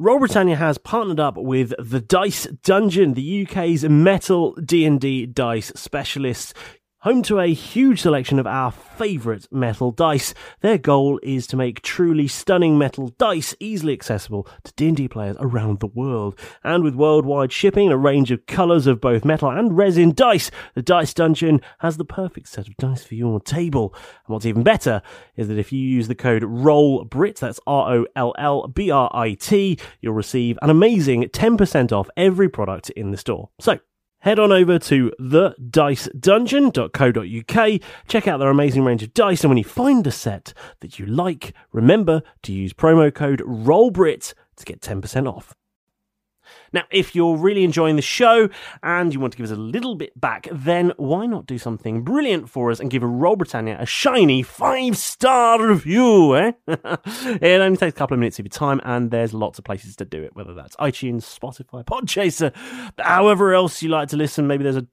S3: Royal Britannia has partnered up with the Dice Dungeon, the UK's metal D&D dice specialists, home to a huge selection of our favourite metal dice. Their goal is to make truly stunning metal dice easily accessible to D&D players around the world. And with worldwide shipping and a range of colours of both metal and resin dice, the Dice Dungeon has the perfect set of dice for your table. And what's even better is that if you use the code ROLLBRIT, that's R O L L B R I T, you'll receive an amazing 10% off every product in the store. So, Head on over to thedicedungeon.co.uk, check out their amazing range of dice, and when you find a set that you like, remember to use promo code ROLLBRIT to get 10% off. Now, if you're really enjoying the show and you want to give us a little bit back, then why not do something brilliant for us and give Royal Britannia a shiny five star review? Eh? it only takes a couple of minutes of your time, and there's lots of places to do it, whether that's iTunes, Spotify, Podchaser, however else you like to listen. Maybe there's a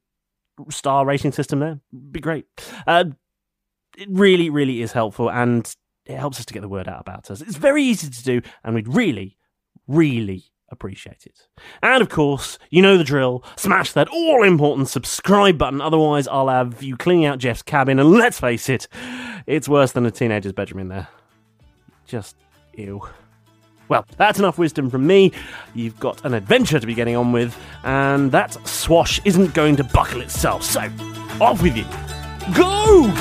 S3: star rating system there. Be great. Uh, it really, really is helpful and it helps us to get the word out about us. It's very easy to do, and we'd really, really appreciate it. And of course, you know the drill smash that all important subscribe button, otherwise, I'll have you cleaning out Jeff's cabin, and let's face it, it's worse than a teenager's bedroom in there. Just ew. Well, that's enough wisdom from me. You've got an adventure to be getting on with, and that swash isn't going to buckle itself. So, off with you. Go!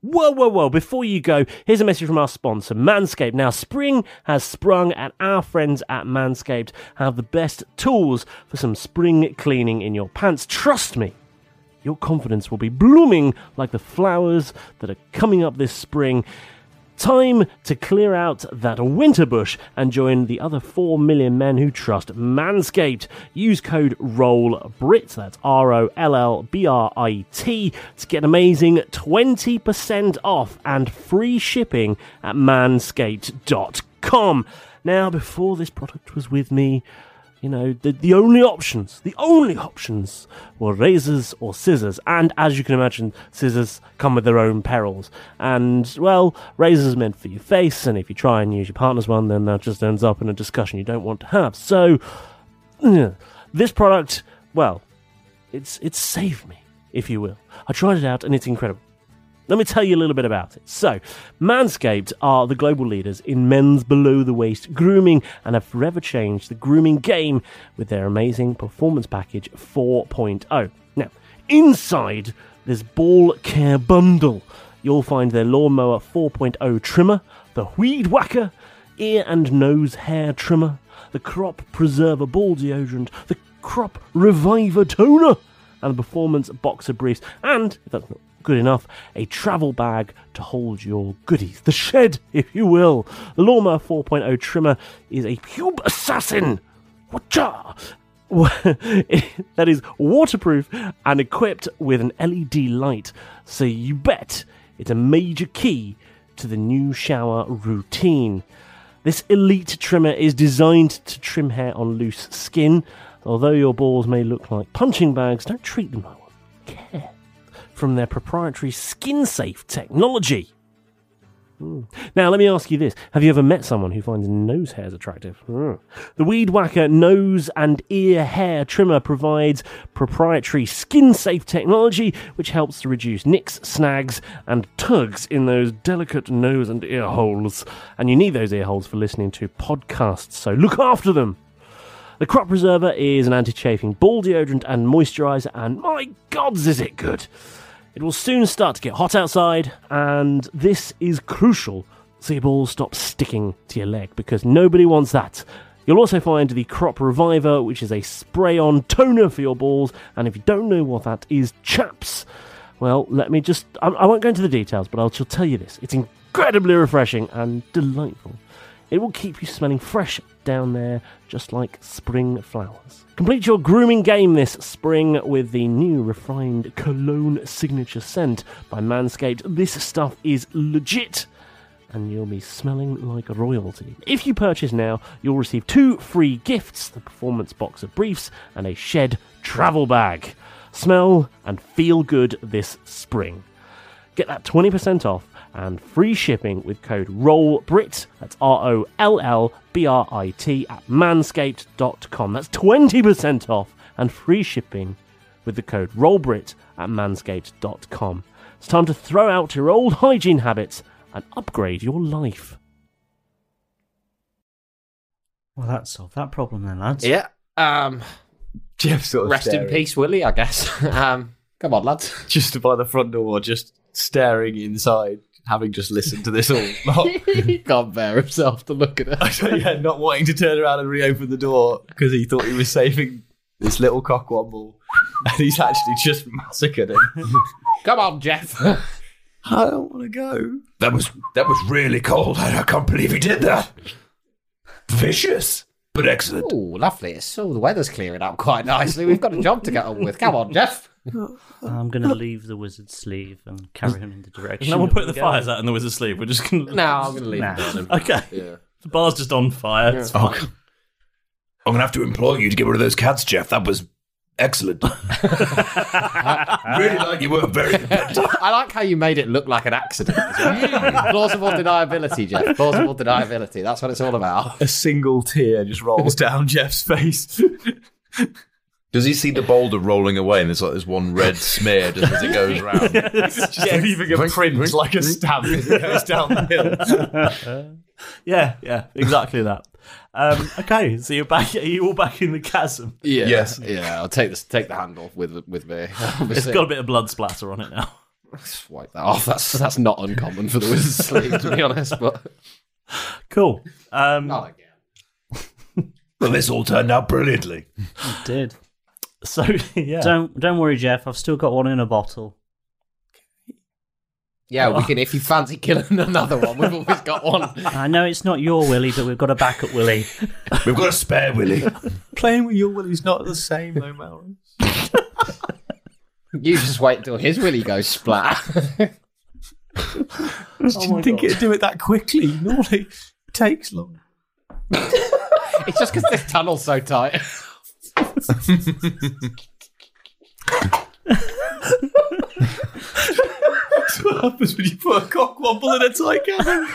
S3: Whoa, whoa, whoa. Before you go, here's a message from our sponsor, Manscaped. Now, spring has sprung, and our friends at Manscaped have the best tools for some spring cleaning in your pants. Trust me, your confidence will be blooming like the flowers that are coming up this spring. Time to clear out that winter bush and join the other 4 million men who trust Manscaped. Use code ROLLBRIT, that's R O L L B R I T, to get an amazing 20% off and free shipping at manscaped.com. Now, before this product was with me, you know, the, the only options, the only options were razors or scissors. And as you can imagine, scissors come with their own perils. And, well, razors are meant for your face, and if you try and use your partner's one, then that just ends up in a discussion you don't want to have. So, this product, well, it's, it's saved me, if you will. I tried it out, and it's incredible. Let me tell you a little bit about it. So, Manscaped are the global leaders in men's below the waist grooming and have forever changed the grooming game with their amazing Performance Package 4.0. Now, inside this ball care bundle, you'll find their Lawnmower 4.0 trimmer, the Weed Whacker, ear and nose hair trimmer, the Crop Preserver ball deodorant, the Crop Reviver toner, and the Performance Boxer briefs. And, if that's not good enough, a travel bag to hold your goodies. The shed, if you will. The Lawnmower 4.0 trimmer is a pube assassin. Whatcha? that is waterproof and equipped with an LED light, so you bet it's a major key to the new shower routine. This elite trimmer is designed to trim hair on loose skin. Although your balls may look like punching bags, don't treat them like one. Care from their proprietary skin safe technology. Mm. Now, let me ask you this. Have you ever met someone who finds nose hairs attractive? Mm. The Weed Whacker nose and ear hair trimmer provides proprietary skin safe technology which helps to reduce nicks, snags, and tugs in those delicate nose and ear holes. And you need those ear holes for listening to podcasts, so look after them. The Crop Preserver is an anti chafing ball deodorant and moisturizer, and my gods, is it good! It will soon start to get hot outside, and this is crucial so your balls stop sticking to your leg because nobody wants that. You'll also find the Crop Reviver, which is a spray on toner for your balls, and if you don't know what that is, chaps, well, let me just. I, I won't go into the details, but I'll just tell you this it's incredibly refreshing and delightful. It will keep you smelling fresh down there, just like spring flowers. Complete your grooming game this spring with the new refined cologne signature scent by Manscaped. This stuff is legit. And you'll be smelling like royalty. If you purchase now, you'll receive two free gifts the performance box of briefs and a shed travel bag. Smell and feel good this spring. Get that 20% off and free shipping with code ROLLBRIT, that's R O L L B R I T, at manscaped.com. That's 20% off and free shipping with the code ROLLBRIT at manscaped.com. It's time to throw out your old hygiene habits and upgrade your life.
S4: Well, that solved that problem then, lads.
S7: Yeah. Um,
S5: Jeff sort of
S7: rest in
S5: staring.
S7: peace, Willie. I guess. um, come on, lads.
S5: Just by the front door, just staring inside, having just listened to this all. Lot.
S7: Can't bear himself to look at us.
S5: yeah, not wanting to turn around and reopen the door because he thought he was saving this little cockwomble, and he's actually just massacred him.
S7: Come on, Jeff.
S5: I don't want to go.
S6: That was that was really cold. I, I can't believe he did that. Vicious, but excellent.
S7: Oh, lovely. It's so the weather's clearing up quite nicely. We've got a job to get on with. Come on, Jeff.
S4: I'm going to leave the wizard's sleeve and carry him in the direction.
S12: No, we'll
S4: of
S12: put the
S4: guy.
S12: fires out in the wizard's sleeve. We're just going to.
S7: No, I'm gonna leave it burning.
S12: Okay.
S7: Yeah.
S12: The bar's just on fire. It's
S6: Oh,
S12: fine.
S6: God. I'm gonna have to implore you to get rid of those cats, Jeff. That was excellent. really like you were very.
S7: I like how you made it look like an accident. as well. plausible deniability, Jeff. Plausible deniability. That's what it's all about.
S5: A single tear just rolls down Jeff's face.
S8: Does he see the boulder rolling away and there's like there's one red smear just as it goes round?
S5: just leaving a print like a stab as it goes down the hill.
S12: Yeah, yeah, exactly that. Um, okay, so you're back. Are you all back in the chasm?
S7: Yeah. Yes. Yeah. I'll take this. Take the handle with with me.
S12: It's got a bit of blood splatter on it now.
S7: Wipe that off. Oh, That's that's not uncommon for the wizard's sleeve, to be honest. But
S12: Cool. Um,
S7: Not again.
S6: Well, this all turned out brilliantly.
S4: It did.
S12: So yeah.
S4: Don't don't worry, Jeff. I've still got one in a bottle.
S7: Yeah, we can. If you fancy killing another one, we've always got one.
S4: I know it's not your Willy, but we've got a backup Willy.
S6: We've got a spare Willy.
S5: Playing with your Willy's not the same, though, Malrus.
S7: You just wait until his willy goes splat. Oh
S5: I just didn't think it'd do it that quickly. Normally, it takes long.
S7: it's just because this tunnel's so tight.
S5: That's what happens when you put a cockwomble in a tight cabin.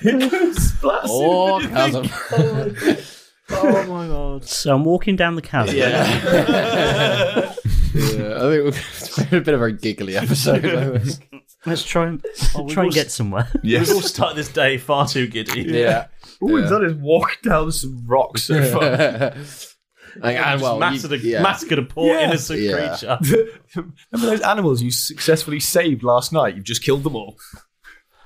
S5: it goes splats
S7: Oh,
S5: in the thing.
S7: chasm.
S4: oh my god. So I'm walking down the chasm.
S7: Yeah. yeah, I think it's been a bit of a giggly episode. I think.
S4: Let's try and
S6: Oh,
S4: try and get somewhere.
S3: We've all started this day far too giddy.
S7: Yeah.
S5: All we've done is walk down some rocks so far.
S7: Like, ah,
S3: Just
S7: well, you-
S3: massacred a-
S7: yeah.
S3: massacred a poor innocent creature.
S5: Remember those animals you successfully saved last night? You've just killed them all.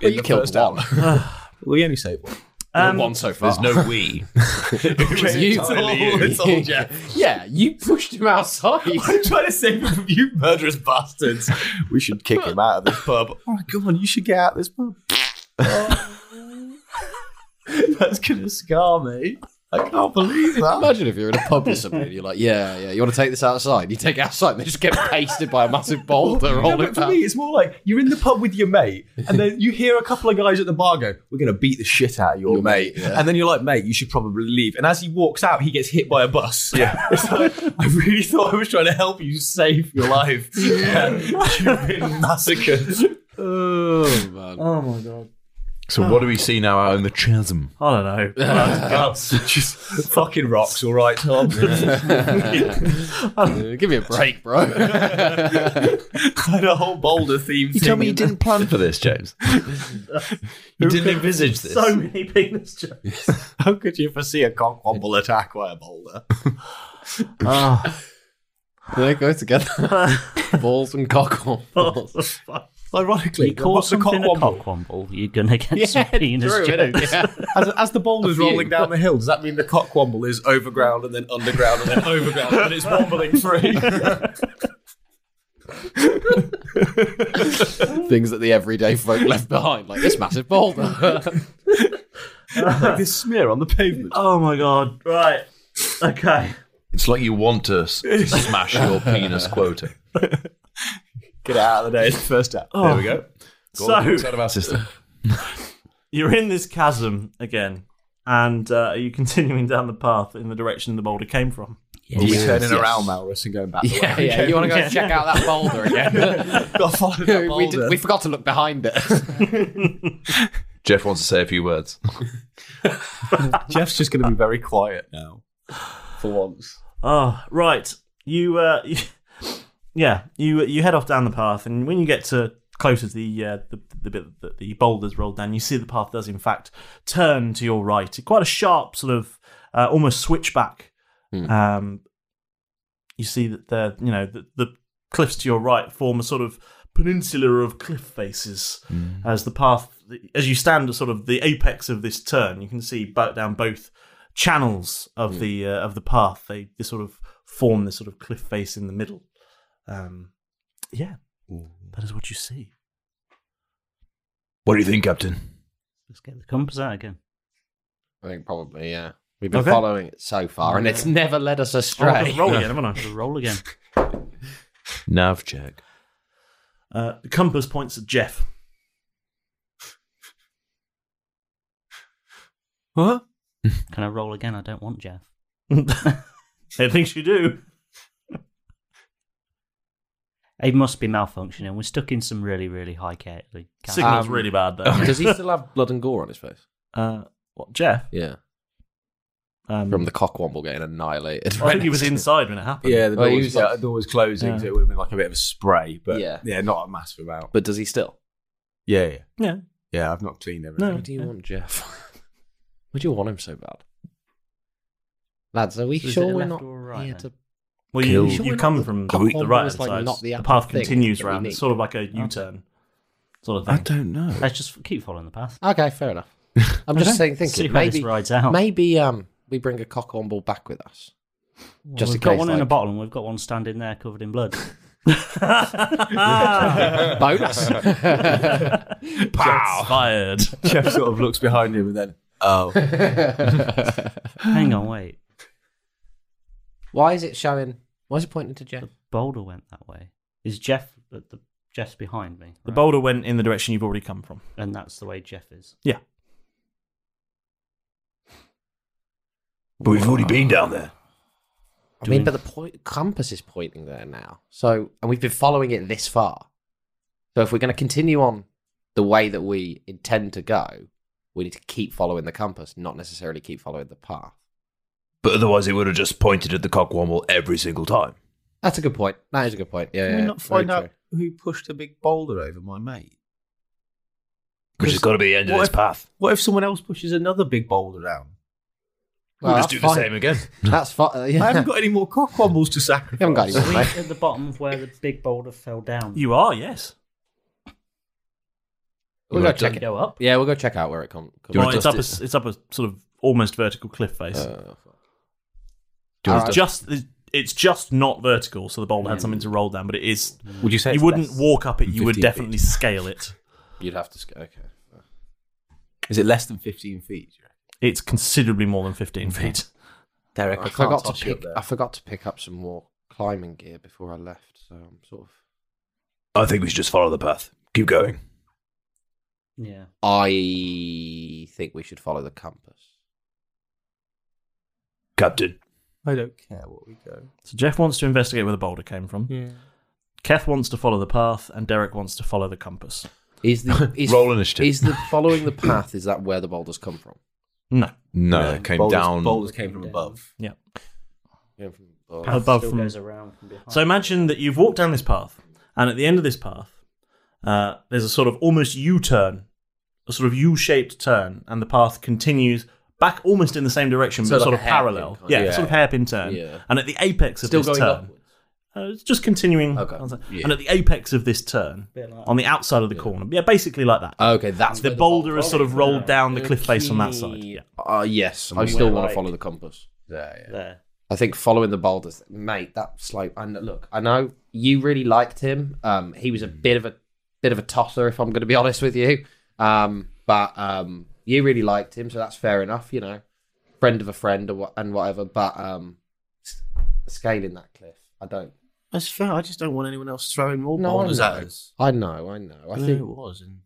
S7: Yeah,
S5: At
S7: you
S5: your
S7: killed
S5: first
S7: one.
S5: hour. we only saved one.
S7: Um, One so far.
S10: There's no we.
S7: It was you.
S5: It's all Jeff.
S7: Yeah, you pushed him outside.
S5: I'm trying to save him from you murderous bastards. We should kick him out of this pub. All right, come on, you should get out of this pub. That's gonna scar me. I can't believe that.
S7: Imagine if you're in a pub or something and you're like, yeah, yeah, you want to take this outside? You take it outside and they just get pasted by a massive boulder
S5: No,
S7: all
S5: but
S7: it
S5: for me, it's more like you're in the pub with your mate, and then you hear a couple of guys at the bar go, "We're going to beat the shit out of your, mate," and then you're like, "Mate, you should probably leave." And as he walks out, he gets hit by a bus. Yeah, it's like I really thought I was trying to help you save your life. and You've been massacred.
S7: Oh man!
S4: Oh my god!
S10: So what do we see now out in the chasm?
S3: I don't know.
S5: Just fucking rocks, all right, Tom.
S7: Give me a break, bro.
S5: Had a whole boulder theme.
S10: You tell me you didn't plan for this, James. You didn't envisage this.
S3: So many penis jokes.
S5: How could you foresee a cockwomble attack by a boulder? Ah.
S7: They go together. Balls and cockle. Balls.
S5: Ironically,
S4: you call
S5: what's a
S4: something a
S5: cockwomble?
S4: cockwomble, you're gonna get some
S7: Yeah,
S4: penis
S7: true, innit?
S4: jokes.
S7: Yeah.
S5: As, as the boulder's
S7: A few.
S5: rolling down the hill, does that mean the cockwomble is overground and then underground and then overground and it's wobbling free?
S7: Things that the everyday folk left behind, like this massive boulder.
S5: like this smear on the pavement.
S3: Oh my god! Right. Okay.
S10: It's like you want to s- to smash your penis quota.
S5: Get it out of the day, it's the first out.
S10: There we go. Got all the
S3: Oh, So-
S10: books out of our system.
S3: You're in this chasm again, and uh, are you continuing down the path in the direction the boulder came from?
S5: Are we turning around, Malrus, and going back? the
S7: yeah,
S5: way we
S7: yeah. You
S5: came?
S7: want to go and check out that boulder again?
S5: Gotta follow that
S7: we, did-
S5: boulder.
S7: we forgot to look behind it.
S10: Jeff wants to say a few words.
S5: Jeff's just going to be very quiet now, for once.
S3: Oh, right. You, uh, you, yeah, you you head off down the path, and when you get to closer to the uh, the, the bit that the boulders rolled down, you see the path does in fact turn to your right. Quite a sharp sort of uh, almost switchback.
S5: Hmm.
S3: Um, you see that the you know the, the cliffs to your right form a sort of peninsula of cliff faces
S5: Mm.
S3: as the path as you stand at sort of the apex of this turn you can see bo- down both channels of the uh, of the path they, they sort of form this sort of cliff face in the middle um yeah that is what you see
S10: What do you think, Captain?
S4: Let's get the compass out again.
S7: I think probably, yeah. We've been
S4: Okay.
S7: following it so far, and it's never led us
S3: Oh, I've got
S7: astray.
S3: to roll again haven't i
S4: Gotta roll again.
S10: Nav check.
S3: uh, the compass points at jeff
S5: Huh?
S4: Can I roll again? I don't want Jeff.
S3: it thinks you do
S4: It must be malfunctioning. We're stuck in some really, really high calorie.
S3: Signal's really
S4: Um,
S3: bad, though.
S7: Does he still have blood and gore on his face?
S3: uh what jeff
S7: Yeah.
S3: Um,
S7: From the cockwomble getting annihilated.
S3: i think he was inside when it happened
S5: Yeah, the door,
S7: Well, he
S5: was,
S7: was
S5: yeah,
S7: like-
S5: the door was closing,
S3: Yeah.
S5: so it would have been like a bit of a spray, but
S7: Yeah.
S5: yeah, not a massive amount.
S7: But does he still?
S5: Yeah, yeah,
S3: yeah
S5: yeah. I've not cleaned everything.
S3: no
S7: Why do you want Jeff? Why do you want him so bad? Lads, are we
S4: So is
S7: sure
S4: it
S7: we're
S4: left
S7: not
S4: or right
S7: here
S4: then?
S7: to
S3: well you,
S7: Kill. Sure
S3: you
S7: we're
S3: come
S7: not-
S3: from
S7: Are we-
S3: the right
S7: Almost like
S3: side
S7: not the
S3: the
S7: actual
S3: path
S7: thing
S3: continues
S7: that we
S3: round
S7: need.
S3: it's sort of like a u-turn sort of thing
S5: don't know.
S4: Let's just keep following the path.
S7: Okay, fair enough. I'm just saying, thinking
S4: See where this
S7: maybe
S4: rides out.
S7: maybe um we bring a cockwomble back with us, just
S4: we've
S7: in
S4: got
S7: case.
S4: one in a
S7: like-
S4: bottle and we've got one standing there covered in blood.
S7: Bonus.
S8: Pow.
S13: fired.
S5: Jeff sort of looks behind him and then, oh.
S4: Hang on, wait.
S7: Why is it showing? Why is it pointing to Jeff?
S4: Boulder went that way. Is Jeff the, the Jeff's behind me?
S3: The
S4: right?
S3: boulder went in the direction you've already come from.
S4: and that's the way Jeff is.
S3: Yeah.
S6: But we've already been down there.
S7: I mean, but the point, compass is pointing there now. So, and we've been following it this far. So, if we're going to continue on the way that we intend to go, we need to keep following the compass, not necessarily keep following the path.
S6: But otherwise, it would have just pointed at the cockwomble every single time.
S7: That's a good point. That is a good point. Yeah,
S5: Can
S7: yeah,
S5: we not
S7: very
S5: find
S7: true.
S5: out who pushed the big boulder over my mate?
S6: Which has got to be the end of
S5: What
S6: this
S5: if-
S6: path.
S5: What if someone else pushes another big boulder down?
S7: We'll Well, just that's do the fine. same
S6: again.
S7: That's fine. yeah.
S5: I haven't got any more cockwombles to sacrifice.
S7: haven't got any
S4: Are we at the bottom of where the big boulder fell down?
S3: You are, yes. Well
S7: We'll go check
S3: done.
S7: it.
S4: Go up?
S7: Yeah, we'll go check out where it comes. Come
S3: Well, it's up. A, s- it's up a sort of almost vertical cliff face.
S7: Uh, Do you
S3: it's
S7: want to-
S3: just it's just not vertical, so the boulder had something to roll down, but it is.
S5: Would you say
S3: you
S5: it's
S3: wouldn't
S5: less
S3: walk up it?
S5: than
S3: You would
S5: 15 feet?
S3: definitely scale it.
S7: You'd have to. sc- Okay.
S5: Is it less than 15 feet?
S3: It's considerably more than fifteen feet.
S5: Derek,
S7: I forgot to pick. I forgot to pick up some more climbing gear before I left, so I'm sort of.
S6: I think we should just follow the path. Keep going.
S4: Yeah.
S7: I think we should follow the compass.
S6: Captain.
S5: I don't care what we go.
S3: So Jeff wants to investigate where the boulder came from.
S5: Yeah.
S3: Keth wants to follow the path, and Derek wants to follow the compass.
S7: Is the is,
S3: Roll initiative.
S7: Is the following the path? Is that where the boulders come from?
S3: No.
S8: No, it came
S5: boulders,
S8: down.
S5: Boulders came from above.
S3: Yeah.
S7: Yeah, from above.
S3: above
S4: still
S3: from,
S4: goes around from behind.
S3: So imagine that you've walked down this path, and at the end of this path, uh, there's a sort of almost U-turn, a sort of U-shaped turn, and the path continues back almost in the same direction,
S13: So
S3: but
S13: like
S3: sort
S13: a
S3: of
S13: hairpin
S3: parallel.
S13: kind of-
S3: Yeah,
S13: Yeah.
S3: sort of hairpin turn.
S13: Yeah.
S3: And at the apex of
S13: Still
S3: this
S13: going
S3: turn,
S13: upwards?
S3: Uh, it's just continuing. And at the apex of this turn,
S4: Bit like-
S3: on the outside of the corner, yeah, basically like that.
S7: Okay, that's
S3: the, boulder has sort of rolled down the cliff face on that side. Yeah.
S7: Uh, yes, and
S3: I
S7: we still
S3: mean,
S7: want to
S3: like-
S7: follow the compass.
S5: There,
S4: There.
S7: I think following the boulders, mate, that slope. And look, I know you really liked him. Um, he was a bit of a bit of a tosser, if I'm going to be honest with you. Um, but um, you really liked him, so that's fair enough. You know, friend of a friend or what, and whatever. But um, s- scaling that cliff, I don't.
S5: That's fair. I just don't want anyone else throwing more
S7: No,
S5: boulders
S7: I
S5: at
S7: know.
S5: us.
S7: I know. I know. I
S5: Yeah,
S7: think
S5: it was. And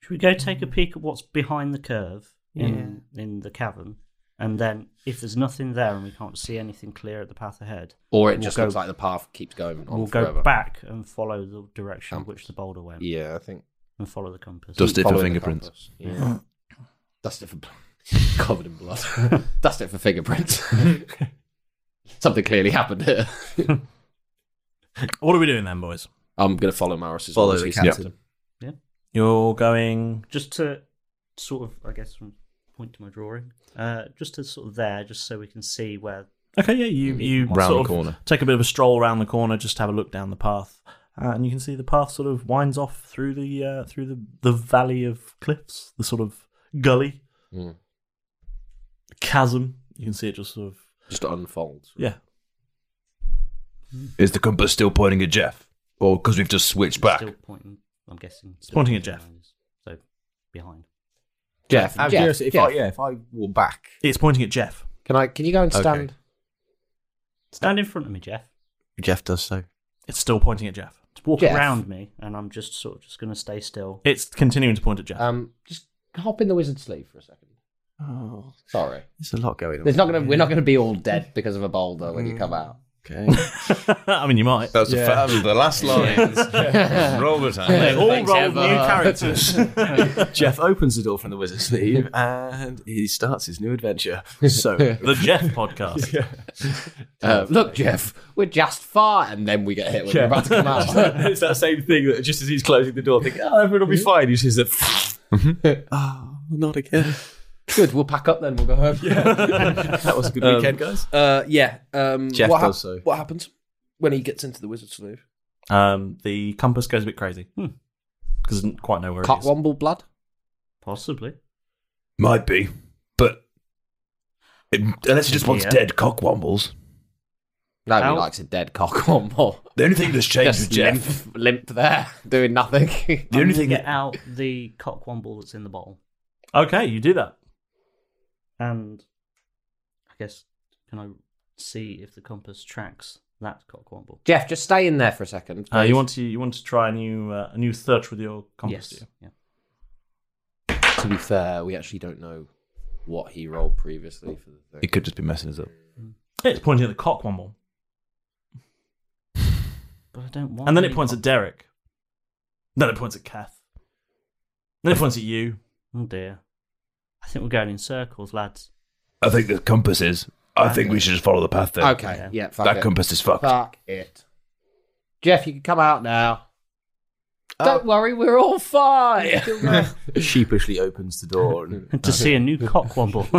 S4: Should we go take a peek at what's behind the curve in in the cavern, and then if there's nothing there and we can't see anything clear at the path ahead,
S7: Or it
S4: we'll
S7: just
S4: go-
S7: looks like the path keeps going on
S4: we'll
S7: forever. Um,
S4: go back and follow the direction which the boulder went.
S7: Yeah, I think.
S4: And follow the compass.
S8: Dust it for
S7: Following the
S8: fingerprints.
S7: compass, Yeah. Dust it for covered in blood. Dust it for fingerprints. Something clearly happened here.
S3: What are we doing then, boys?
S7: I'm gonna follow Maris as
S3: Follow
S7: well.
S3: the
S7: he's
S3: captain.
S4: Yeah.
S3: You're going
S4: Just to sort of, I guess, from point to my drawing, uh, just to sort of there, just so we can see where.
S3: Okay, yeah, you
S5: Mm,
S3: you
S8: Round
S3: sort
S8: the
S3: of
S8: corner.
S3: Take a bit of a stroll around the corner, just have a look down the path, uh, and you can see the path sort of winds off through the uh, through the the valley of cliffs, the sort of gully,
S7: Mm.
S3: chasm. You can see it just sort of
S7: Just unfolds.
S3: yeah.
S6: Is the compass still pointing at Jeff? Or because we've just switched back?
S4: Still pointing, I'm guessing. It's
S3: pointing at Jeff.
S4: So behind.
S7: Jeff,
S5: Out of
S7: Jeff,
S5: curiosity, if
S7: Jeff.
S5: I, yeah, if I walk back,
S3: It's pointing at Jeff.
S7: Can I? Can you go and
S5: Okay.
S7: stand?
S4: Stand in front of me, Jeff.
S5: Jeff does so.
S3: It's still pointing at Jeff.
S4: Walk
S7: Jeff.
S4: around me, and I'm just sort of just going to stay still.
S3: It's continuing to point at Jeff.
S7: Um, just hop in the wizard's sleeve for a second.
S5: Oh,
S7: Sorry,
S5: there's a lot going on.
S7: there's not gonna. We're not gonna be all dead because of a boulder when you come out.
S5: Okay.
S3: I mean, you might.
S8: That was the, fa- that was the last line. Roll the time.
S3: They all
S8: Thanks,
S3: rolled
S8: Emma.
S3: new characters.
S5: Jeff opens the door from the wizard's sleeve and he starts his new adventure. So
S3: the Jeff podcast.
S7: Uh, look, Jeff, we're just far, and then we get hit when we're about to come out.
S5: it's that same thing that just as he's closing the door, thinking, oh, everyone will be fine. He says that. oh, not again.
S7: Good, we'll pack up then. We'll go home.
S5: That was a good
S7: Um,
S5: weekend, guys.
S7: Uh, yeah. Um,
S5: Jeff
S7: what hap-
S5: does so.
S7: What happens when he gets into the wizard's sleeve?
S3: Um, the compass goes a bit crazy
S7: Hmm.
S3: because doesn't quite know where it is.
S7: Cockwomble blood.
S4: Possibly.
S6: Might be. But it, unless he just wants
S4: Yeah.
S6: dead cockwombles.
S7: Nobody Out. likes a dead cock on more.
S6: The only thing that's changed
S7: Just
S6: with Jeff-
S7: Limp, limp there, doing nothing.
S6: The only thing
S4: get out the cockwomble that's in the bowl.
S3: Okay, you do that.
S4: And I guess can I see if the compass tracks that cockwomble?
S7: Jeff, just stay in there for a second.
S3: Uh,
S7: please.
S3: you want to you want to try a new uh, a new search with your compass?
S7: Yes,
S3: do you?
S7: To be fair, we actually don't know what he rolled previously for the thing.
S8: It could just be messing us up.
S3: It's pointing at the cock one more,
S4: But I don't want.
S3: and then
S4: any
S3: it points at Derek. Then it points at Kath. Then it points at you.
S4: Oh dear. I think we're going in circles, lads.
S6: I think the compass is. I think we should just follow the path there.
S7: Okay, yeah, fuck
S6: that
S7: it.
S6: compass is fucked.
S7: Fuck it. Jeff, you can come out now. Don't worry, we're all fine.
S5: Sheepishly opens the door and
S4: to see a new cockwomble.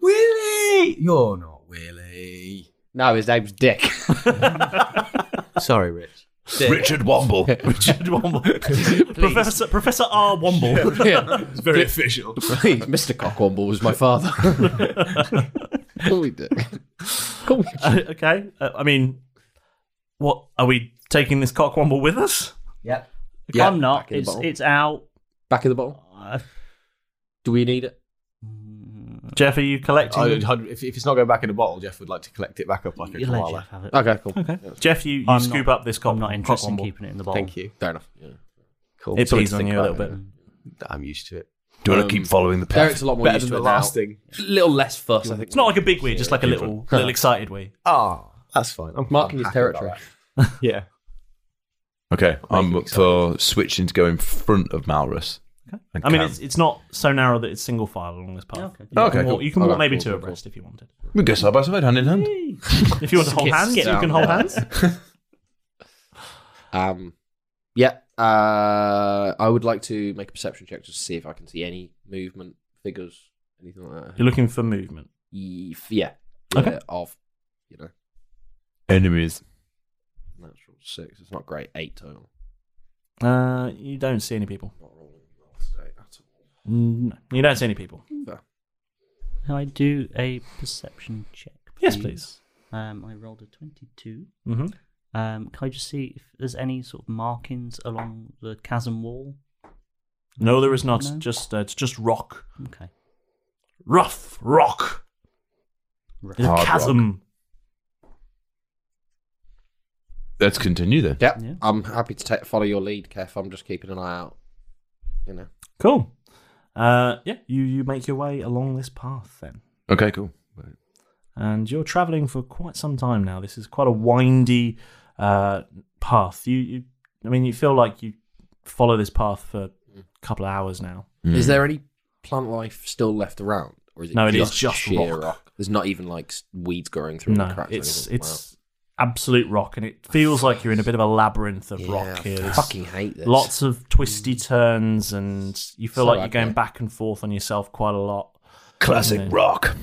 S5: Willie, you're not Willie.
S7: No, his name's Dick.
S5: Sorry, Rich. Dick.
S6: Richard Womble.
S3: Richard Womble. Professor Professor R Womble.
S6: It's very official.
S7: Please, Mr. Cockwomble was my father. Call me Dick. Call me
S3: Uh, okay. Uh, I mean, what are we taking this cockwomble with us?
S7: Yep.
S4: I'm not.
S3: Back in the
S4: It's
S3: bottle.
S4: it's out.
S7: Back in the bottle.
S3: Uh,
S7: Do we need it?
S3: Mm. Jeff, are you collecting?
S5: I would hun- if, if it's not going back in the bottle, Jeff would like to collect it back up like a
S4: You let
S5: koala.
S4: Jeff have it.
S7: Okay, cool.
S3: Okay. Jeff, you, you
S4: I'm
S3: scoop
S4: not-
S3: up this cock.
S4: I'm not interested in
S3: cockwomble.
S4: keeping it in the bottle.
S7: you. Fair enough. Yeah.
S5: Cool.
S3: It
S5: Something
S3: pees
S5: to
S3: on
S5: think
S3: you a little
S5: about,
S3: bit.
S5: I'm used to it.
S6: Do you want to keep following the path?
S7: Um, Derek's a lot more
S5: Better
S7: used to
S5: than
S7: it
S5: the
S7: now.
S5: last thing.
S7: A little less fuss, I think.
S3: It's not like a big wee, just like a little little excited wee.
S5: Ah, that's fine. I'm
S7: marking
S5: I'm
S7: his
S5: happy about
S7: territory.
S5: that. yeah.
S8: Okay, I'm up for switching to go in front of Malrus. And
S3: I mean,
S8: Cam.
S3: it's it's not so narrow that it's single file along this path.
S4: Okay.
S3: You
S8: Okay,
S3: can walk,
S8: cool.
S3: you can walk
S8: Okay,
S3: maybe
S8: cool,
S3: two
S8: cool,
S3: abreast if you wanted.
S8: we go side by side, hand in hand.
S3: If you want to hold
S7: Skits
S3: hands, you
S7: down
S3: can hold
S7: there.
S3: hands.
S7: Um, yeah, uh, I would like to make a perception check just to see if I can see any movement, figures, anything like that.
S3: You're looking for movement.
S7: Ye- f- yeah,
S3: Okay.
S7: Yeah, Of, you know,
S8: Enemies.
S7: natural six. It's not great. Eight total.
S3: Uh, you don't see any people. Mm,
S7: Not rolling well today at
S3: No, you don't see any people.
S7: all. Fair.
S4: Can I do a perception check?
S3: Yes, please.
S4: Um, I rolled a 22.
S3: Mhm.
S4: Um, can I just see if there's any sort of markings along the chasm wall?
S3: No, there is not.
S4: No?
S3: Just uh, it's just rock,
S4: Okay.
S3: rough rock.
S4: Rough.
S3: There's a
S8: Hard
S3: chasm.
S8: Let's continue then.
S7: Yeah, I'm happy to ta follow your lead, Kef. I'm just keeping an eye out. You know,
S3: Cool. Uh, yeah, you you make your way along this path then,
S8: Okay, cool.
S3: and you're traveling for quite some time now. This is quite a windy uh, path. You, you, I mean, you feel like you follow this path for a couple of hours now.
S7: is there any plant life still left around, or is it
S3: No, it is
S7: just
S3: just
S7: sheer
S3: rock.
S7: There's not even like s- weeds growing through the
S3: No,
S7: cracks. or
S3: it's
S7: anything?
S3: it's absolute rock, and it feels like you're in a bit of a labyrinth of
S7: Yeah,
S3: rock
S7: I
S3: here. There's
S7: fucking hate this.
S3: Lots of twisty turns, and you feel
S7: So
S3: like you're going
S7: ugly.
S3: back and forth on yourself quite a lot.
S6: Classic
S3: And then-
S6: rock.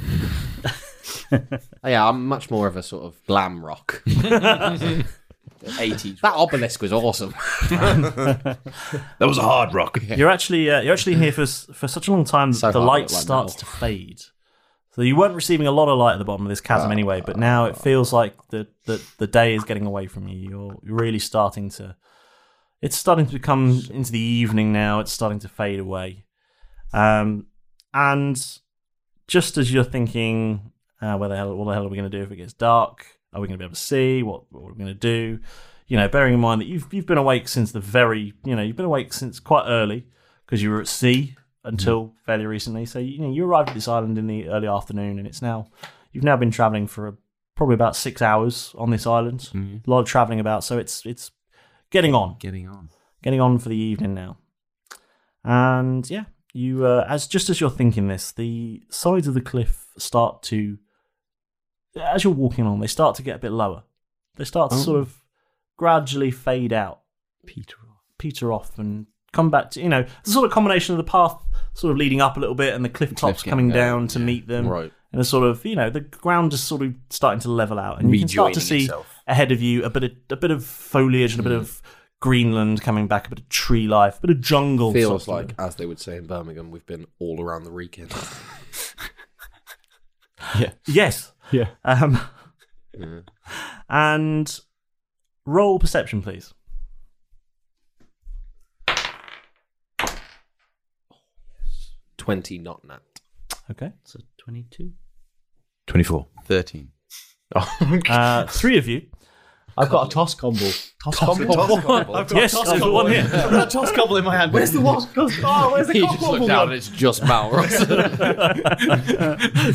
S7: Oh, yeah, I'm much more of a sort of glam rock. 80s. That obelisk was awesome.
S6: that was a hard rock.
S3: You're actually uh, you're actually here for s- for such a long time that
S7: So
S3: the
S7: hard,
S3: light
S7: like
S3: starts to fade. So you weren't receiving a lot of light at the bottom of this chasm
S7: Oh,
S3: anyway, but now it feels like the, the, the day is getting away from you. You're you're really starting to. It's starting to become into the evening now. It's starting to fade away, um, and just as you're thinking, uh, where the hell, what the hell are we going to do if it gets dark? Are we going to be able to see? What, what are we going to do? You know, bearing in mind that you've you've been awake since the very, you know, you've been awake since quite early because you were at sea
S5: Mm.
S3: until fairly recently. So you know, you arrived at this island in the early afternoon, and it's now you've now been traveling for a, probably about six hours on this island. A lot of traveling about, so it's it's getting on,
S5: Mm. Getting on.
S3: getting on for the evening now. And yeah, you uh, as just as you're thinking this, the sides of the cliff start to, as you're walking along, they start to get a bit lower. They start to
S5: Oh.
S3: sort of gradually fade out, peter off, peter off, and come back to you know it's a sort of combination of the path sort of leading up a little bit and the cliff tops
S5: getting
S3: coming
S5: going,
S3: down to meet them,
S7: Right.
S3: And a sort of you know the ground is sort of starting to level out, and you can start to
S5: Rejoining
S3: see
S5: itself.
S3: ahead of you a bit of a bit of foliage and a bit of Greenland coming back, a bit of tree life, a bit of jungle.
S7: Feels
S3: sort of.
S7: like, as they would say in Birmingham, we've been all around the weekend.
S3: yes, yeah. Um, And roll perception, please.
S7: Twenty not nat.
S3: Okay.
S4: So 22.
S8: 24.
S5: 13.
S3: uh, three of you.
S5: I've got a toss combo. Toss
S3: combo. I've got a Yes, toss there's combo. one here.
S5: I've got a toss combo in my hand. Where's the what? Oh, where's the
S7: He
S5: cock
S7: just looked
S5: combo
S7: down
S5: one?
S7: and it's just Malrus.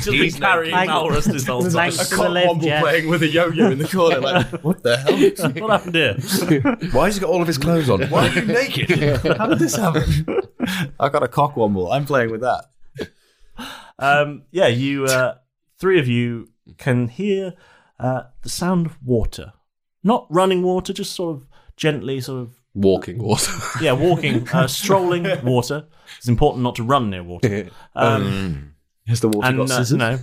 S3: Just been carrying Malrus this whole time.
S5: Just a cock wobble playing with a yo-yo in the corner. Like, what the hell?
S3: what happened here?
S8: Why has he got all of his clothes on? Why are you naked?
S5: How did this happen? I got a cock wobble. I'm playing with that.
S3: Um, yeah, you uh, three of you can hear uh, the sound of water, not running water, just sort of gently, sort of
S7: Walking water.
S3: yeah, walking, uh, strolling water. It's important not to run near water.
S14: Um, has the water
S3: and,
S14: got
S3: uh,
S14: scissors?
S3: no,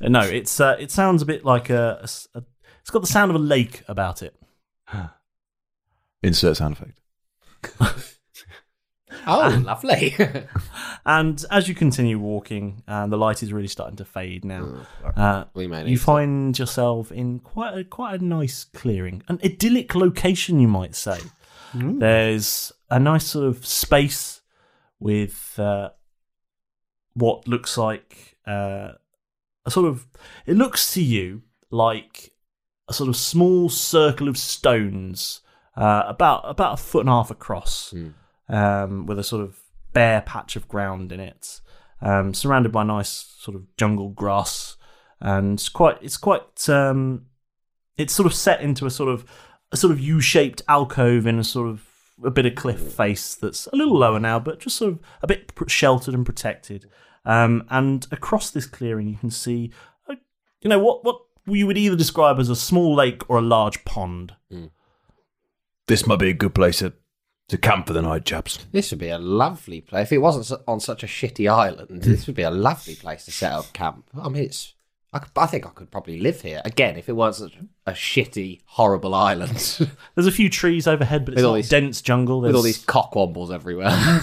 S3: no. It's uh, it sounds a bit like a, a s- a- It's got the sound of a lake about it.
S8: Insert sound effect.
S7: Oh, lovely.
S3: and as you continue walking, uh, the light is really starting to fade now. Uh,
S7: Mm, We may need
S3: you find yourself in quite a quite a nice clearing, an idyllic location, you might say.
S4: Mm.
S3: There's a nice sort of space with uh, what looks like uh, a sort of. It looks to you like a sort of small circle of stones, uh, about about a foot and a half across, um, with a sort of bare patch of ground in it, um, surrounded by nice sort of jungle grass, and it's quite it's quite um, it's sort of set into a sort of a sort of U-shaped alcove in a sort of a bit of cliff face that's a little lower now, but just sort of a bit pr- sheltered and protected. Um, and across this clearing, you can see, a, you know, what what you would either describe as a small lake or a large pond.
S8: Hmm. This might be a good place to, to camp for the night, chaps.
S7: This would be a lovely place. If it wasn't su- on such a shitty island, this would be a lovely place to set up camp. I mean, it's. I, could- I think I could probably live here again if it wasn't such a shitty, horrible island.
S3: There's a few trees overhead, but it's
S7: With all
S3: not
S7: these-
S3: dense jungle.
S7: with all
S3: There's-
S7: these cockwombles everywhere.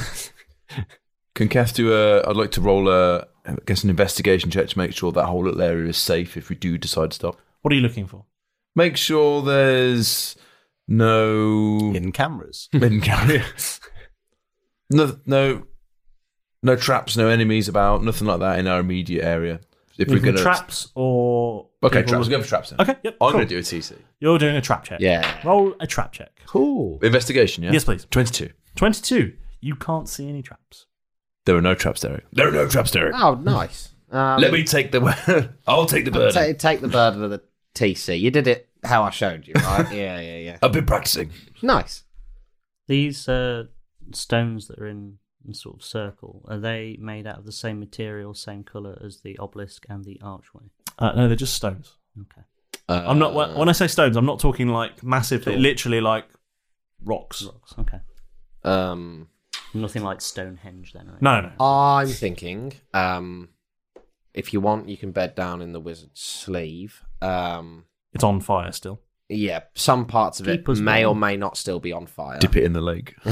S8: Can Kath do a. I'd like to roll a. I guess an investigation check to make sure that whole little area is safe if we do decide to stop.
S3: What are you looking for?
S8: Make sure there's no. Hidden
S5: cameras.
S8: Hidden cameras. no, no, no traps, no enemies about, nothing like that in our immediate area. If
S3: Looking
S8: we're
S3: for
S8: going to.
S3: traps or
S8: Okay,
S3: people-
S8: traps. We'll go for traps then.
S3: Okay, yep. cool.
S8: I'm going to do a TC.
S3: You're doing a trap check.
S8: Yeah.
S3: Roll a trap check.
S8: Cool. Investigation, yeah?
S3: Yes, please.
S8: 22.
S3: 22. You can't see any traps.
S8: There are no traps, Derek. There are no traps, Derek.
S7: oh, nice. Um,
S8: Let me take the. I'll take the
S7: I'll
S8: burden.
S7: ta- take the burden of the TC. You did it how I showed you, right? yeah, yeah, yeah.
S8: I've been practicing.
S7: Nice.
S4: These uh, stones that are in a sort of circle, are they made out of the same material, same colour as the obelisk and the archway?
S3: Uh, no, they're just stones.
S4: Okay.
S3: I'm not when when I say stones, I'm not talking like massive.
S4: Sure.
S3: Literally like rocks.
S4: Rocks. Okay.
S7: Um,
S4: Nothing like Stonehenge, then, right?
S3: No, no.
S7: I'm thinking, um, if you want, you can bed down in the wizard's sleeve. Um,
S3: It's on fire still.
S7: Yeah, some parts of it
S3: Keeper's
S7: may
S3: will.
S7: or may not still be on fire.
S8: Dip it in the lake.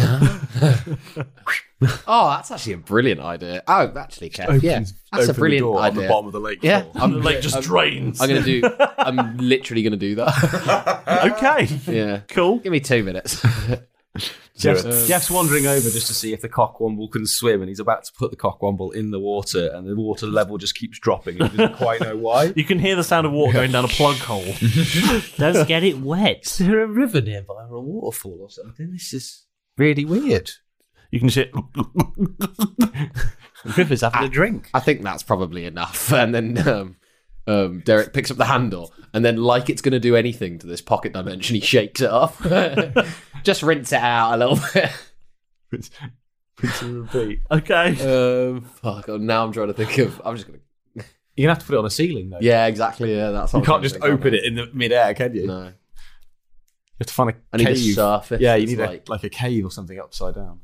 S7: Oh, that's actually a brilliant idea. Oh, actually, Kev,
S8: opens-
S7: yeah, that's
S8: open
S7: a
S8: the
S7: brilliant
S8: door on
S7: idea.
S8: the bottom of the lake
S7: Yeah,
S8: floor. The lake just drains.
S7: I'm gonna do. I'm literally gonna do that.
S3: okay.
S7: Yeah.
S3: Cool.
S7: Give me two minutes.
S5: Jeff's,
S7: Uh,
S5: Jeff's wandering over just to see if the cockwomble can swim, and he's about to put the cockwomble in the water, and the water level just keeps dropping, and he doesn't quite know why.
S3: You can hear the sound of water going down a plug hole.
S4: Don't get it wet.
S5: Is there a river nearby or a waterfall or something? This is really weird.
S3: You can sit.
S7: River's having a drink. I think that's probably enough. And then um, um, Derek picks up the handle, and then, like it's going to do anything to this pocket dimension, he shakes it up. Just rinse it out a little bit. Okay. Um, fuck. oh, Now I'm trying to think of. I'm just going to.
S5: You're gonna have to put it on a ceiling though.
S7: Yeah, exactly. Yeah, that's.
S5: You can't
S7: what I'm trying to
S5: just
S7: think of.
S5: open it in the midair, can you?
S7: No. You
S5: have to find a
S7: I need a
S5: cave.
S7: surface
S5: Yeah, you
S7: that's
S5: need a,
S7: like-
S5: like... a cave or something upside down.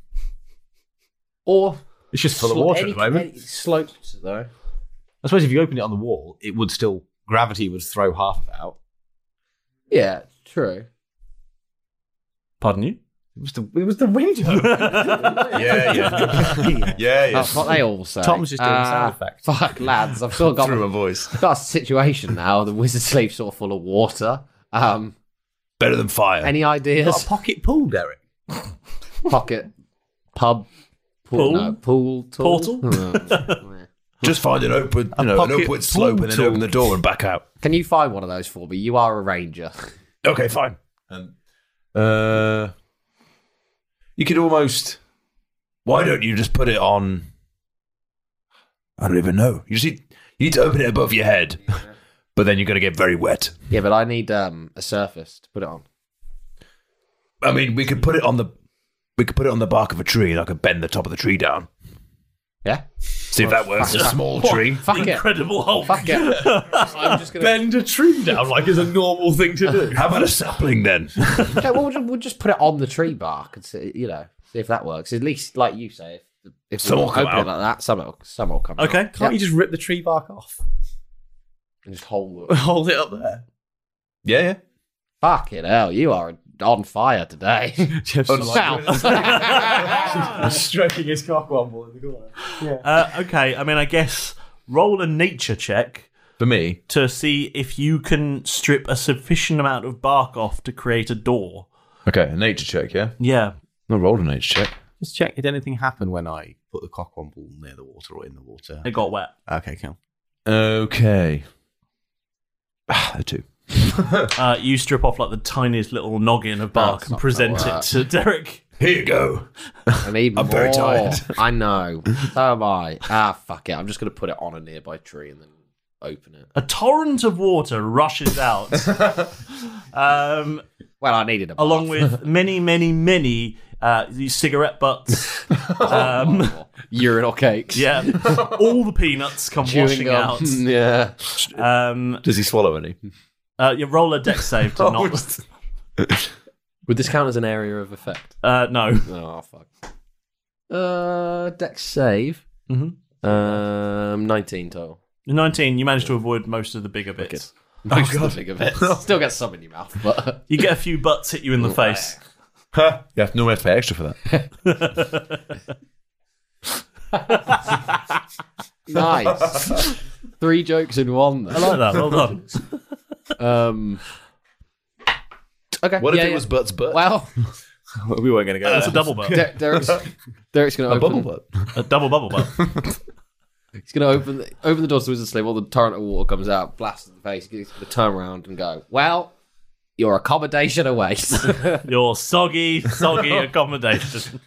S7: Or
S5: It's just full of
S7: Slo-
S5: water
S7: any-
S5: at the moment.
S7: any- sloped though.
S5: I suppose if you open it on the wall, it would still gravity would throw half of it out.
S7: Yeah, true.
S3: Pardon you?
S10: It was the, it was the window. yeah, yeah. yeah, yeah.
S7: That's what they all say.
S10: Tom's just doing sound
S7: Ah,
S10: effects.
S7: Fuck, lads, I've still got
S10: Through my voice.
S7: Got a situation now. The wizard sleeps all full of water. Um,
S10: Better than fire.
S7: Any ideas?
S10: Got a
S7: pocket pool, Derek. pocket pub
S10: Pool?
S7: pool no, pool tool?
S10: Just find an open, you know, an
S7: pocket
S10: upward slope and then
S7: portal.
S10: open the door and back out.
S7: Can you find one of those for me? You are a ranger.
S10: Okay, fine. Um, uh, you could almost. Why don't you just put it on? I don't even know. You just need, you need to open it above your head, but then you're going to get very wet.
S7: Yeah, but I need um, a surface to put it on.
S10: I mean, we could put it on the we could put it on the bark of a tree, and I could bend the top of the tree down.
S7: Yeah.
S10: See if that works.
S7: Fuck
S10: a
S7: it.
S10: small
S7: Fuck-
S10: tree.
S7: Fuck it.
S15: Incredible Hulk.
S7: Fuck it. I'm just gonna
S10: bend a tree down like is a normal thing to do. How about a sapling then?
S7: Okay, well, we'll ju- we'll just put it on the tree bark and see, you know, see if that works. At least, like you say, if, if
S10: Some
S7: we
S10: will come
S7: open it
S10: out.
S7: like that, some will, some will come out.
S10: Okay, can't you
S7: just
S5: rip the tree bark off?
S7: And just hold it.
S5: Hold it up there.
S10: Yeah, yeah.
S7: Fucking hell, you are on fire today.
S5: stroking his cock one more in the corner. Yeah.
S3: Uh, okay, I mean, I guess roll a nature check
S10: for me
S3: to see if you can strip a sufficient amount of bark off to create a door.
S10: Okay, a nature check, yeah?
S3: Yeah.
S10: No, roll a nature check.
S5: Just check. Did anything happen when I put the cock one ball near the water or in the water?
S3: It got wet.
S5: Okay, cool.
S10: Okay. Ah, a two.
S3: uh, you strip off like the tiniest little noggin of bark and present it to Derek.
S10: Here you go.
S7: I need
S3: I'm
S7: more.
S3: very tired.
S7: I know. So am I. Ah, fuck it. I'm just going to put it on a nearby tree and then open it.
S3: A torrent of water rushes out. um,
S7: well, I needed a
S3: along with many, many, many uh, these cigarette butts, um,
S7: urinal cakes.
S3: Yeah, all the peanuts come
S7: Chewing
S3: washing
S7: gum.
S3: out.
S7: Yeah.
S3: Um,
S10: Does he swallow any?
S3: Uh, your roller deck saved to
S10: Oh,
S3: not.
S2: Would this count as an area of effect?
S3: Uh, no.
S7: Oh, fuck. Uh, deck save. Mm-hmm. Um, 19 total.
S3: Nineteen. You managed to avoid most of the bigger bits.
S7: Most of the bigger bits. Still get some in your mouth, but
S3: You get a few butts hit you in the face.
S10: You have nowhere to pay extra for that.
S7: nice. Three jokes in one.
S3: I like that. Well done.
S7: um. Okay.
S10: What if
S7: yeah,
S10: it
S7: yeah.
S10: was Butt's butt?
S7: Well,
S10: we weren't going to go.
S3: That's
S10: there.
S3: Uh, a double butt.
S7: Der- Derek's, Derek's going to
S10: A bubble
S7: open.
S10: butt.
S3: A double bubble butt.
S7: He's going to open the, open the door to the wizard's sleeve. All the torrent of water comes out, blasts in the face. He's going to turn around and go, "Well, your accommodation awaits."
S3: Your soggy, soggy accommodation.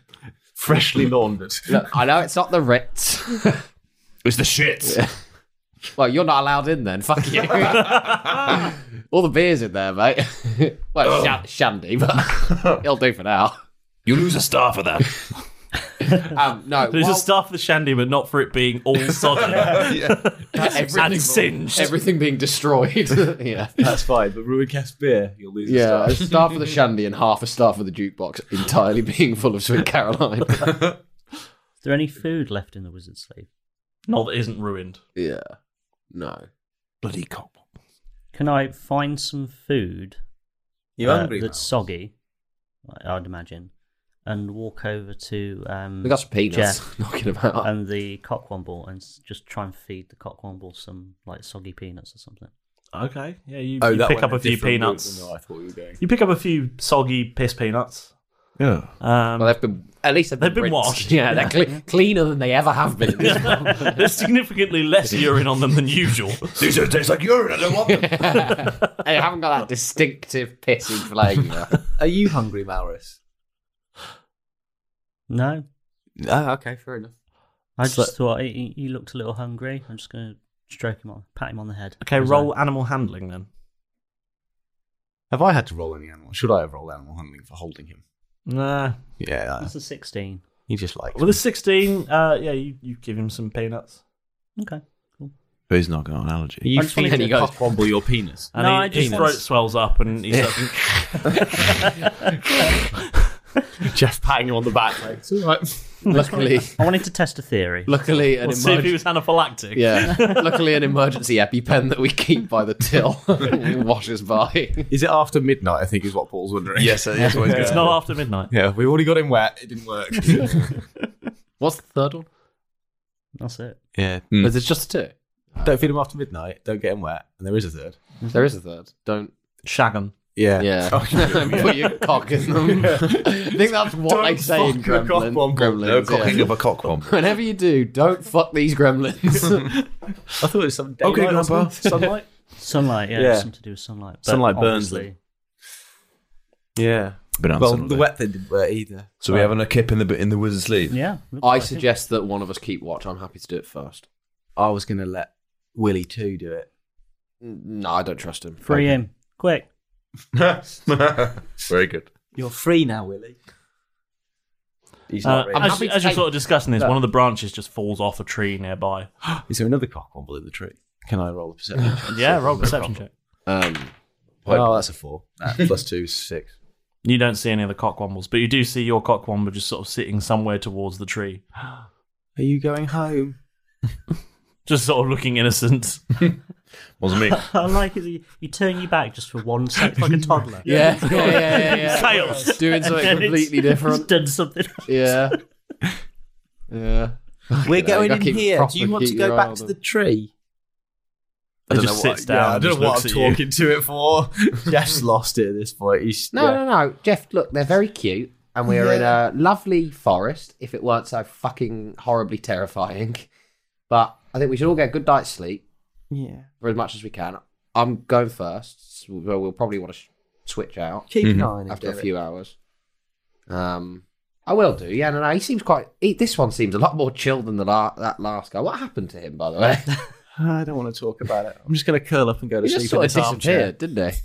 S10: Freshly laundered.
S7: Look, I know it's not the Ritz.
S10: it's the shits.
S7: Well, you're not allowed in then. Fuck you. All the beers in there, mate. well, shan- shandy, but it'll do for now.
S10: You lose a star for that.
S7: Um, no,
S3: There's
S7: while-
S3: a staff for the shandy, but not for it being all soggy and singed.
S7: everything being destroyed. yeah,
S5: That's fine, but ruin cast beer, you'll lose
S7: yeah. A
S5: the
S7: star for the shandy and half a star for the jukebox, entirely being full of Sweet Caroline.
S4: Is there any food left in the wizard's sleeve?
S3: Not that isn't ruined.
S7: yeah, no.
S10: Bloody cop.
S4: Can I find some food? uh,
S5: You hungry,
S4: That's soggy. I- I'd imagine, and walk over to um,
S7: We got some peanuts
S4: Jeff
S7: knocking about.
S4: and the cockwomble, and s- just try and feed the cockwomble some like soggy peanuts or something.
S3: Okay. Yeah, you,
S4: Oh,
S3: you
S4: that
S3: pick
S4: went
S3: up
S4: a
S3: a few
S4: different route
S3: peanuts.
S4: than I thought we were going.
S3: You pick up a few soggy piss peanuts.
S10: Yeah.
S3: Um,
S7: well, they've been at least they've been,
S3: They've been
S7: rinsed.
S3: washed.
S7: Yeah, they're cle- cleaner than they ever have been.
S3: There's significantly less urine on them than usual.
S10: These don't taste like urine. I don't want them.
S7: they haven't got that distinctive pissy flavour.
S5: Are you hungry, Malrus?
S4: No,
S7: Oh,
S5: No, okay, fair enough.
S4: I just thought he- he, he looked a little hungry. I'm just going to stroke him on, pat him on the head.
S3: Okay,
S4: As
S3: roll animal handling then.
S5: Have I had to roll any animal? Should I have rolled animal handling for holding him?
S3: Nah.
S5: Yeah.
S4: That's a 16.
S5: You just like.
S3: Well, the 16, uh, yeah, you, you give him some peanuts.
S4: Okay.
S10: But he's not got an allergy.
S5: Are you feeding a cockwomble your penis?
S3: And he, his throat swells up and he's like,
S5: Jeff patting him on the back. Like, it's all right.
S7: Luckily,
S4: I wanted to test a theory.
S7: Luckily, an
S4: We'll see if
S7: emerg-
S4: he was
S3: anaphylactic.
S7: Yeah. Luckily, an emergency EpiPen that we keep by the till washes by.
S5: Is it after midnight? I think is what Paul's wondering.
S7: Yes, uh, yes, what he's
S3: It's
S7: Yeah.
S3: not after midnight.
S5: Yeah, we've already got him wet. It didn't work.
S7: What's the third one?
S4: That's it.
S5: yeah, Hmm.
S7: Mm. Is it just two?
S5: Don't feed him after midnight. Don't get him wet. And there is a third.
S7: There is a third. Don't
S3: shag them.
S5: Yeah, Oh,
S7: Yeah. Put your cock in them. I think that's what
S5: Don't
S7: they say in
S5: fuck a cock
S7: gremlin,
S5: womble.
S7: gremlins.
S5: No cocking
S7: yeah.
S5: of a cock womble.
S7: Whenever you do, don't fuck these gremlins.
S5: I thought it was some
S7: Okay,
S5: daylight or
S7: Grandpa.
S5: something. Sunlight.
S4: Sunlight, yeah,
S5: Yeah.
S4: something to do with sunlight. But
S5: Sunlight burns
S4: obviously,
S5: Yeah.
S8: Bananas
S5: well,
S8: and all
S5: the
S8: that.
S5: wet thing didn't work either.
S8: So we're having a kip in the in the wizard's sleeve.
S7: I suggest that one of us keep watch. I'm happy to do it first.
S5: I was going to let Willie too do it.
S7: No, I don't trust him.
S4: Free him, quick.
S8: Very good.
S4: You're free now, Willie.
S5: He's
S3: Uh,
S5: not really.
S3: as, you- as you're sort of discussing this,
S5: No.
S3: one of the branches just falls off a tree nearby.
S5: Is there another cockwomble in the tree? Can I roll a perception? check?
S3: Yeah, roll a perception check.
S7: Um,
S5: oh, that's a four. Ah, plus two is six.
S3: You don't see any of the cockwombles, but you do see your cockwomble just sort of sitting somewhere towards the tree,
S5: Are you going home?
S3: just sort of looking innocent.
S8: Wasn't me.
S4: I like it. that You, you turn your back just for one second, like a toddler.
S7: Yeah, yeah, yeah, yeah, yeah.
S4: Fails.
S7: Doing
S4: And
S7: something
S4: then it's-
S7: completely different.
S4: it's Done something.
S7: Yeah. yeah.
S5: We're
S7: You know,
S5: going
S7: you
S5: in
S7: gotta keep
S5: here.
S7: proper
S5: Do you want to
S7: keep
S5: go
S7: your eye
S5: back
S7: on
S5: to
S7: them.
S5: the tree?
S3: It just sits down
S5: Yeah, I
S3: and
S5: don't
S3: just
S5: know what
S3: looks
S5: I'm
S3: at you.
S5: talking to it for. Jeff's lost it at this point. He's
S7: No, no, no, Jeff. Look, they're very cute, and we are in a lovely forest. If it weren't so fucking horribly terrifying, but I think we should all get a good night's sleep
S16: Yeah.
S7: for as much as we can. I'm going first, so we'll we'll probably want to sh- switch out.
S5: Keep an Mhm. eye on him,
S7: after a
S5: Derek.
S7: few hours. Um, I will do. Yeah, no, no. He seems quite. He, this one seems a lot more chilled than the la- that last guy. What happened to him, by the way?
S5: "Ah, I don't want to talk about it. I'm just going to curl up and go to
S7: He
S5: sleep.
S7: just sort
S5: in
S7: of
S5: this armchair.
S7: disappeared, didn't he?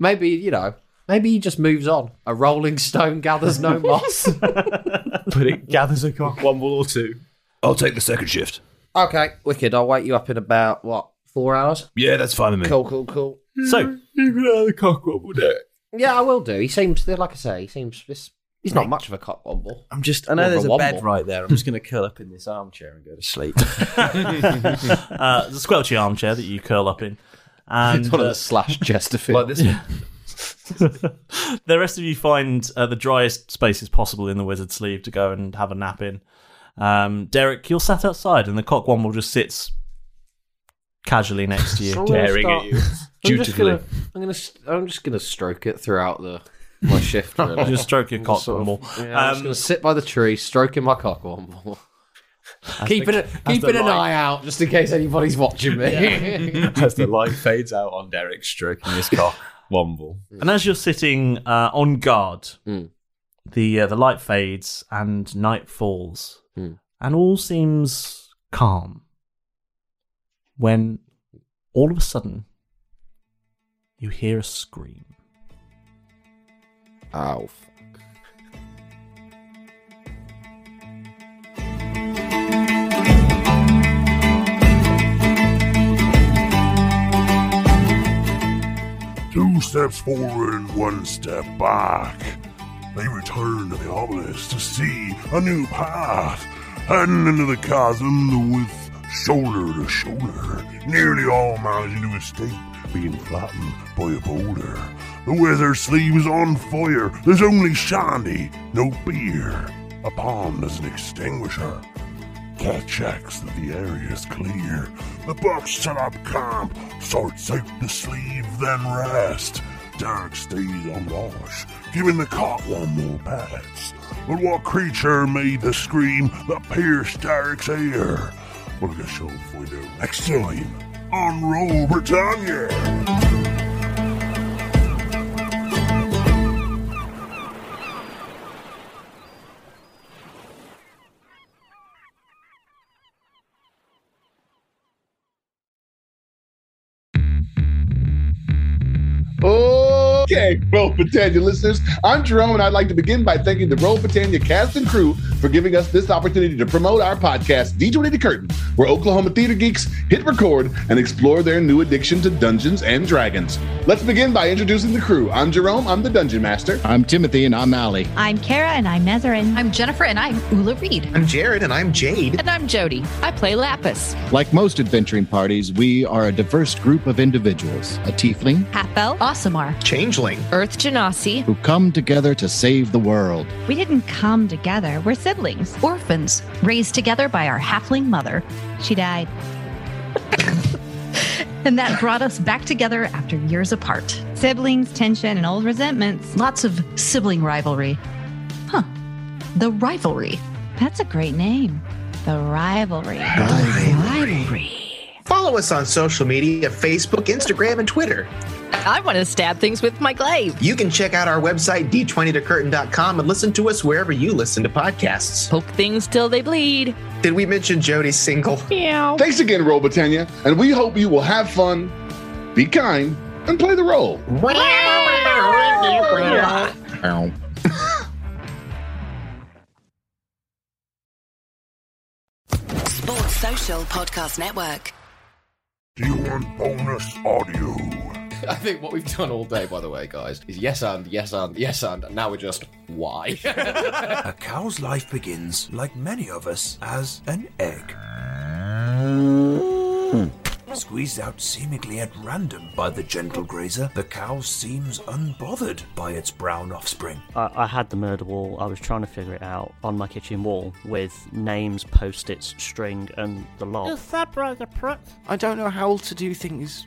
S7: Maybe you know. Maybe he just moves on. A rolling stone gathers no moss.
S5: But it gathers a cock one or two.
S6: I'll take the second shift.
S7: okay, wicked. I'll wake you up in about what four hours.
S6: Yeah, that's fine with me.
S7: Cool, cool, cool.
S3: So
S5: you can have Ah, the cock wobble deck.
S7: Yeah, I will do. He seems, like I say, he seems. This, he's not much of a cock womble.
S5: I'm just. I
S7: Or
S5: know there's
S7: a
S5: a, bed
S7: womble.
S5: right there. I'm just going to curl up in this armchair and go to sleep.
S3: uh, the squelchy armchair that you curl up in, and
S7: It's one of
S3: uh,
S7: the slashed Chesterfield. Like this
S3: the rest of you find uh, the driest spaces possible in the wizard's sleeve to go and have a nap in. Um, Derek, you're sat outside, and the cock one will just sits casually next to you,
S7: I'm gonna
S3: staring
S7: start-
S3: at you.
S7: I'm just gonna, I'm gonna, st- I'm just gonna stroke it throughout the my shift. Really.
S3: Just stroke your
S7: I'm
S3: cock
S7: just sort of-
S3: womble.
S7: Yeah, I'm just
S3: Um,
S7: gonna sit by the tree, stroking my cock womble. keeping
S3: the-
S7: a,
S3: as
S7: keeping
S3: the
S7: an
S3: light-
S7: eye out just in case anybody's watching me.
S5: As the light fades out on Derek stroking his cock womble.
S3: And as you're sitting uh, on guard, the uh, the light fades and night falls, and all seems calm. When all of a sudden, you hear a scream.
S7: Ow.
S17: Two steps forward and one step back. They returned to the obelisk to see a new path, heading into the chasm with shoulder to shoulder, nearly all managing to escape being flattened by a boulder. The wizard's sleeve is on fire. There's only shandy, no beer. A palm is an extinguisher. Cat checks that the area is clear. The bucks set up camp, sorts out the sleeve, then rest. Derek stays on watch, giving the cot one more pass. But what creature made the scream that pierced Derek's ear? Well, I guess you'll find out next time on Roll Britannia.
S18: Oh, Okay, Roll Britannia listeners, I'm Jerome, and I'd like to begin by thanking the Roll Britannia cast and crew for giving us this opportunity to promote our podcast, Dejointed the Curtain, where Oklahoma theater geeks hit record and explore their new addiction to Dungeons and Dragons. Let's begin by introducing the crew. I'm Jerome, I'm the Dungeon Master.
S19: I'm Timothy and I'm Allie.
S20: I'm Kara and I'm Nezarin. I'm Jennifer and I'm Ula Reed.
S19: I'm Jared and I'm Jade.
S20: And I'm Jody. I play Lapis.
S19: Like most adventuring parties, we are a diverse group of individuals a tiefling,
S20: Half elf. Osimar.
S19: changeling,
S20: Earth Genasi.
S19: who come together to save the world.
S20: We didn't come together. We're siblings, orphans, raised together by our halfling mother. She died. and that brought us back together after years apart. Siblings, tension, and old resentments. Lots of sibling rivalry. Huh. The Rivalry. That's a great name. The Rivalry.
S19: Follow us on social media Facebook, Instagram, and Twitter.
S21: I want to stab things with my glaive.
S19: You can check out our website, d20tocurtain.com, and listen to us wherever you listen to podcasts.
S21: Poke things till they bleed.
S19: Did we mention Jody's single?
S21: Meow.
S18: Thanks again, Roll Britannia, and we hope you will have fun, be kind, and play the role.
S1: Sports Social Podcast Network.
S17: Do you want bonus audio?
S7: I think what we've done all day, by the way, guys, is yes and, yes and, yes and, and now we're just why.
S6: a cow's life begins, like many of us, as an egg. Squeezed out seemingly at random by the gentle grazer, the cow seems unbothered by its brown offspring.
S4: I, I had the murder wall. I was trying to figure it out on my kitchen wall with names, post-its, string, and the log.
S22: I don't know how to do things